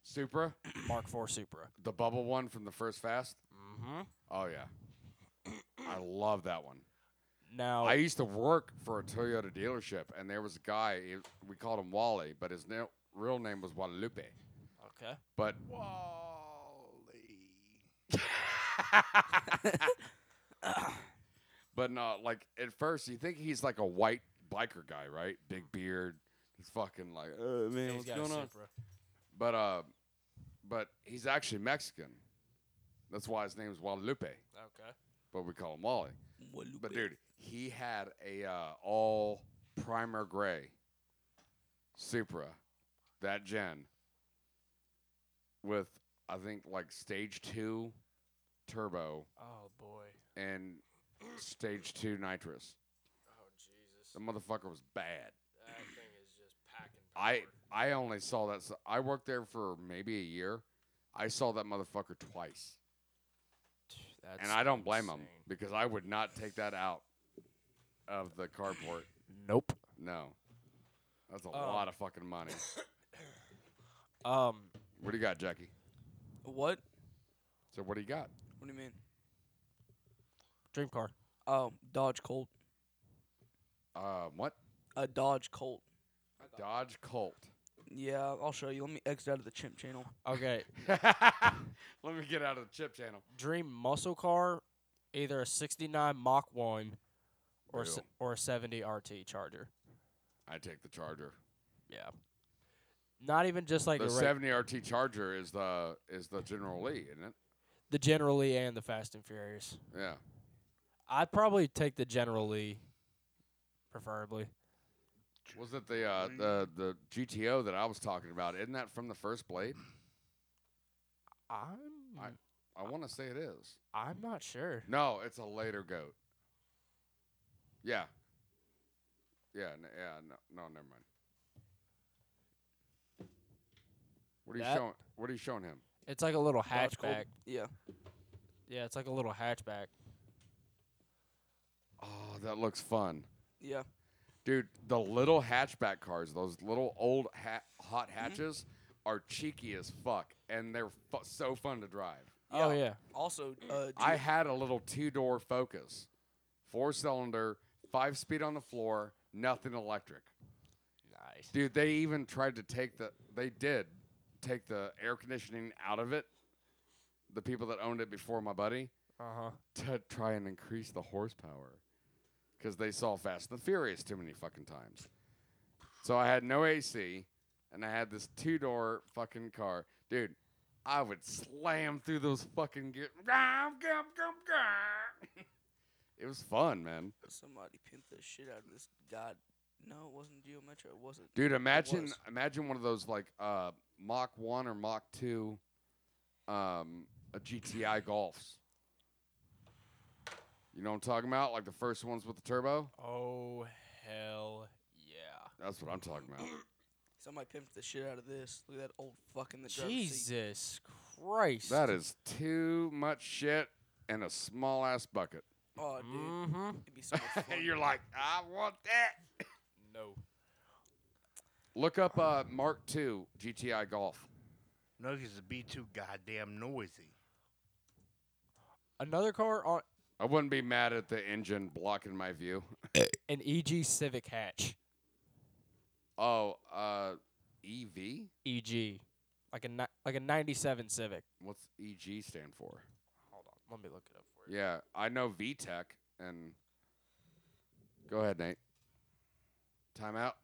Supra, Mark IV Supra. the bubble one from the first Fast. Mm-hmm. Oh yeah, I love that one. Now, I used to work for a Toyota dealership, and there was a guy. he- we called him Wally, but his na- real name was Guadalupe. okay. But but no, like at first you think he's like a white biker guy, right? Big beard. He's fucking like, oh man, He's what's got a going on? Supra. But uh, but he's actually Mexican. That's why his name is Guadalupe. Okay. But we call him Wally. But dude, he had a uh, all primer gray Supra, that gen, with I think like stage two turbo Oh boy. and stage two nitrous. Oh Jesus. The motherfucker was bad. That thing is just packing. I I only saw that. s I I worked there for maybe a year. I saw that motherfucker twice, That's and I don't blame him because I would not take that out of the carport. Nope. No, that's a Um, lot of fucking money. Um. What do you got, Jackie? What? So what do you got? What do you mean? Dream car. Oh, Dodge Colt. Uh, what? A Dodge Colt. Dodge Colt. Yeah, I'll show you. Let me exit out of the Chimp Channel. Okay. Let me get out of the chip channel. Dream muscle car, either a '69 Mach One, or a, se- Real. or a '70 RT Charger. I take the Charger. Yeah. Not even just like the the, reg- seventy RT Charger is the is the General Lee, isn't it? the General Lee and the Fast and Furious. Yeah. I'd probably take the General Lee, preferably. Was it the uh, the the GTO that I was talking about? Isn't that from the first Blade? I'm I I want to say it is. I'm not sure. No, it's a later goat. Yeah. Yeah. n- yeah. No. No. Never mind. What are you That- showing? What are you showing him? It's like a little That's cool. hatchback. Yeah. Yeah, it's like a little hatchback. Oh, that looks fun, Yeah. dude. The little hatchback cars, those little old ha- hot hatches, are cheeky as fuck, and they're fu- so fun to drive. Oh yeah. Also, uh, G- I had a little two door Focus, four cylinder, five speed on the floor, nothing electric. Nice. Dude, they even tried to take the, they did take the air conditioning out of it. The people that owned it before my buddy Uh huh. to try and increase the horsepower because they saw Fast and the Furious too many fucking times. So I had no AC and I had this two door fucking car. Dude, I would slam through those fucking gears. It was fun, man. somebody pimped the shit out of this god. No, it wasn't Geo Metro. It wasn't. Dude, It imagine was. imagine one of those like uh, Mach 1 or Mach 2 um, a GTI Golfs. You know what I'm talking about? Like the first ones with the turbo? Oh hell yeah. That's what I'm talking about. Somebody pimped the shit out of this. Look at that old fuck in the driver's seat. Jesus Christ. That is too much shit and a small ass bucket. Oh, dude. Mhm. It'd be so much fun. You're like, I want that. No. Look up uh, Mark II GTI Golf. No, because it'd be too goddamn noisy. Another car on I wouldn't be mad at the engine blocking my view. an EG Civic hatch. Oh, uh, EV? EG, E like a ni- like a '97 Civic. What's EG stand for? Hold on, let me look it up for you. Yeah, I know VTEC and. Go ahead, Nate. Time out.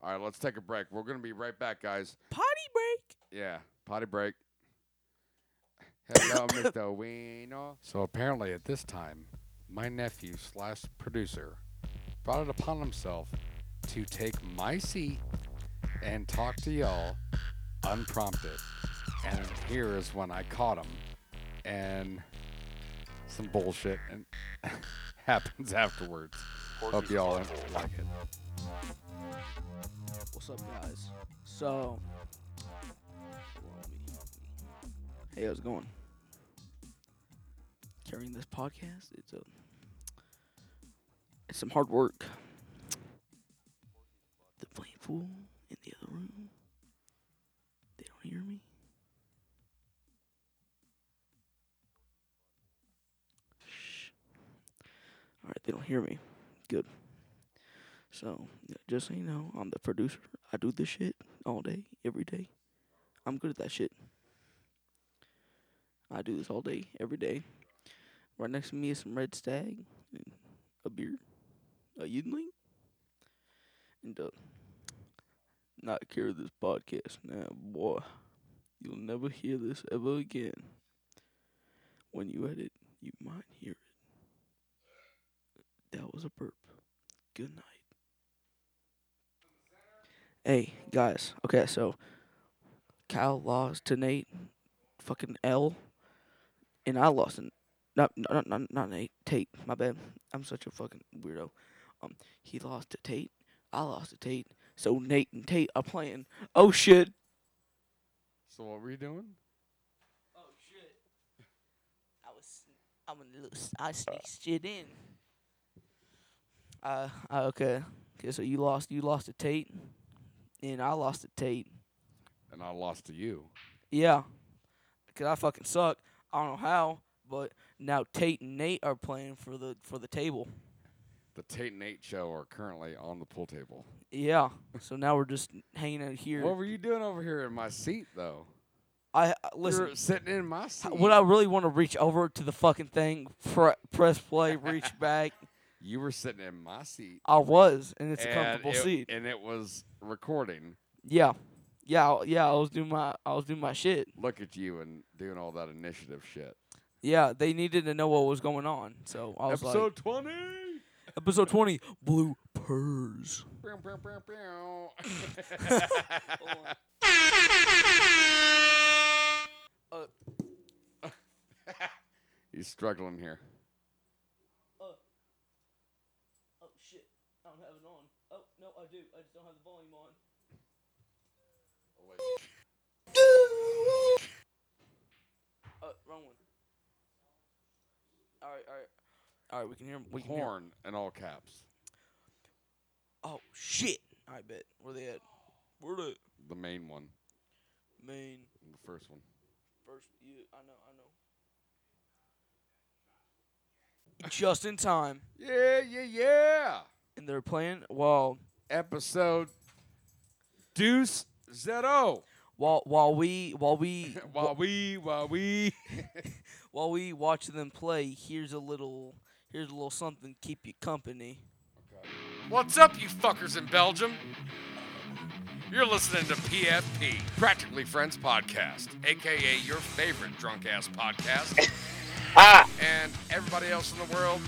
All right, let's take a break. We're going to be right back, guys. Potty break. Yeah, potty break. Hello, Mr. Wiener. So apparently, at this time, my nephew slash producer brought it upon himself to take my seat and talk to y'all unprompted. And here is when I caught him, and some bullshit and happens afterwards. Hope y'all like it. What's up, guys? So, hey, how's it going? Carrying this podcast, it's a, it's some hard work. The playing fool in the other room. They don't hear me. Shh. All right, they don't hear me. Good. So, yeah, just so you know, I'm the producer. I do this shit all day, every day. I'm good at that shit. I do this all day, every day. Right next to me is some red stag, and a beer, a yudling, and uh, not care of this podcast now, boy. You'll never hear this ever again. When you edit, you might hear it. That was a burp. Good night. Hey guys, okay, so Kyle lost to Nate, fucking L, and I lost to not not not not Nate Tate. My bad. I'm such a fucking weirdo. Um, he lost to Tate. I lost to Tate. So Nate and Tate are playing. Oh shit. So what were you doing? Oh shit. I was I'm a little I sneaked shit in. Uh, uh, okay. Okay, so you lost you lost to Tate, and I lost to Tate. And I lost to you. Yeah. Cause I fucking suck. I don't know how, but now Tate and Nate are playing for the for the table. The Tate and Nate show are currently on the pool table. Yeah. So now we're just hanging out here. What were you doing over here in my seat, though? I I- listen. You're sitting in my h- seat. Would I really want to reach over to the fucking thing, pre- press play, reach back, You were sitting in my seat. I was, and it's a and comfortable it- seat. And it was recording. Yeah, yeah, I- yeah. I was doing my I was doing my shit. Look at you and doing all that initiative shit. Yeah, they needed to know what was going on, so I was Episode like, 20. episode twenty, bloopers. He's struggling here. Oh shit! I don't have it on. Oh no, I do. I just don't have the volume on. Oh, Uh, wrong one. All right, all right. All right, we can hear 'em- we can hear 'em. Horn in all caps. Oh shit! I bet. Where they at? Where the The main one. main The first one. first? You, I know, I know. Just in time. Yeah, yeah, yeah. And they're playing while episode Deuce Zero. While while we while we While we while we while we watch them play, here's a little here's a little something to keep you company. What's up, you fuckers in Belgium? You're listening to PFP, Practically Friends Podcast, aka your favorite drunk ass podcast. and everybody else in the world,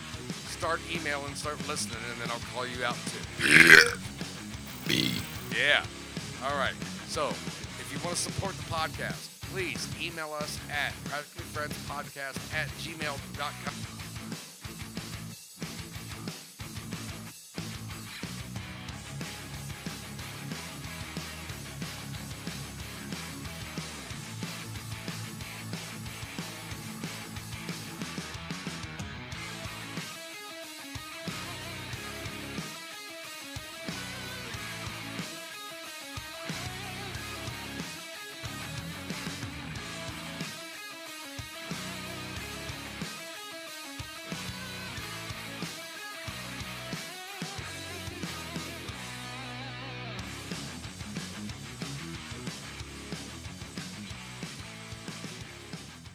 start emailing, start listening, and then I'll call you out too. Yeah. All right. So, if you want to support the podcast, please email us at practicallyfriendspodcast at gmail.com.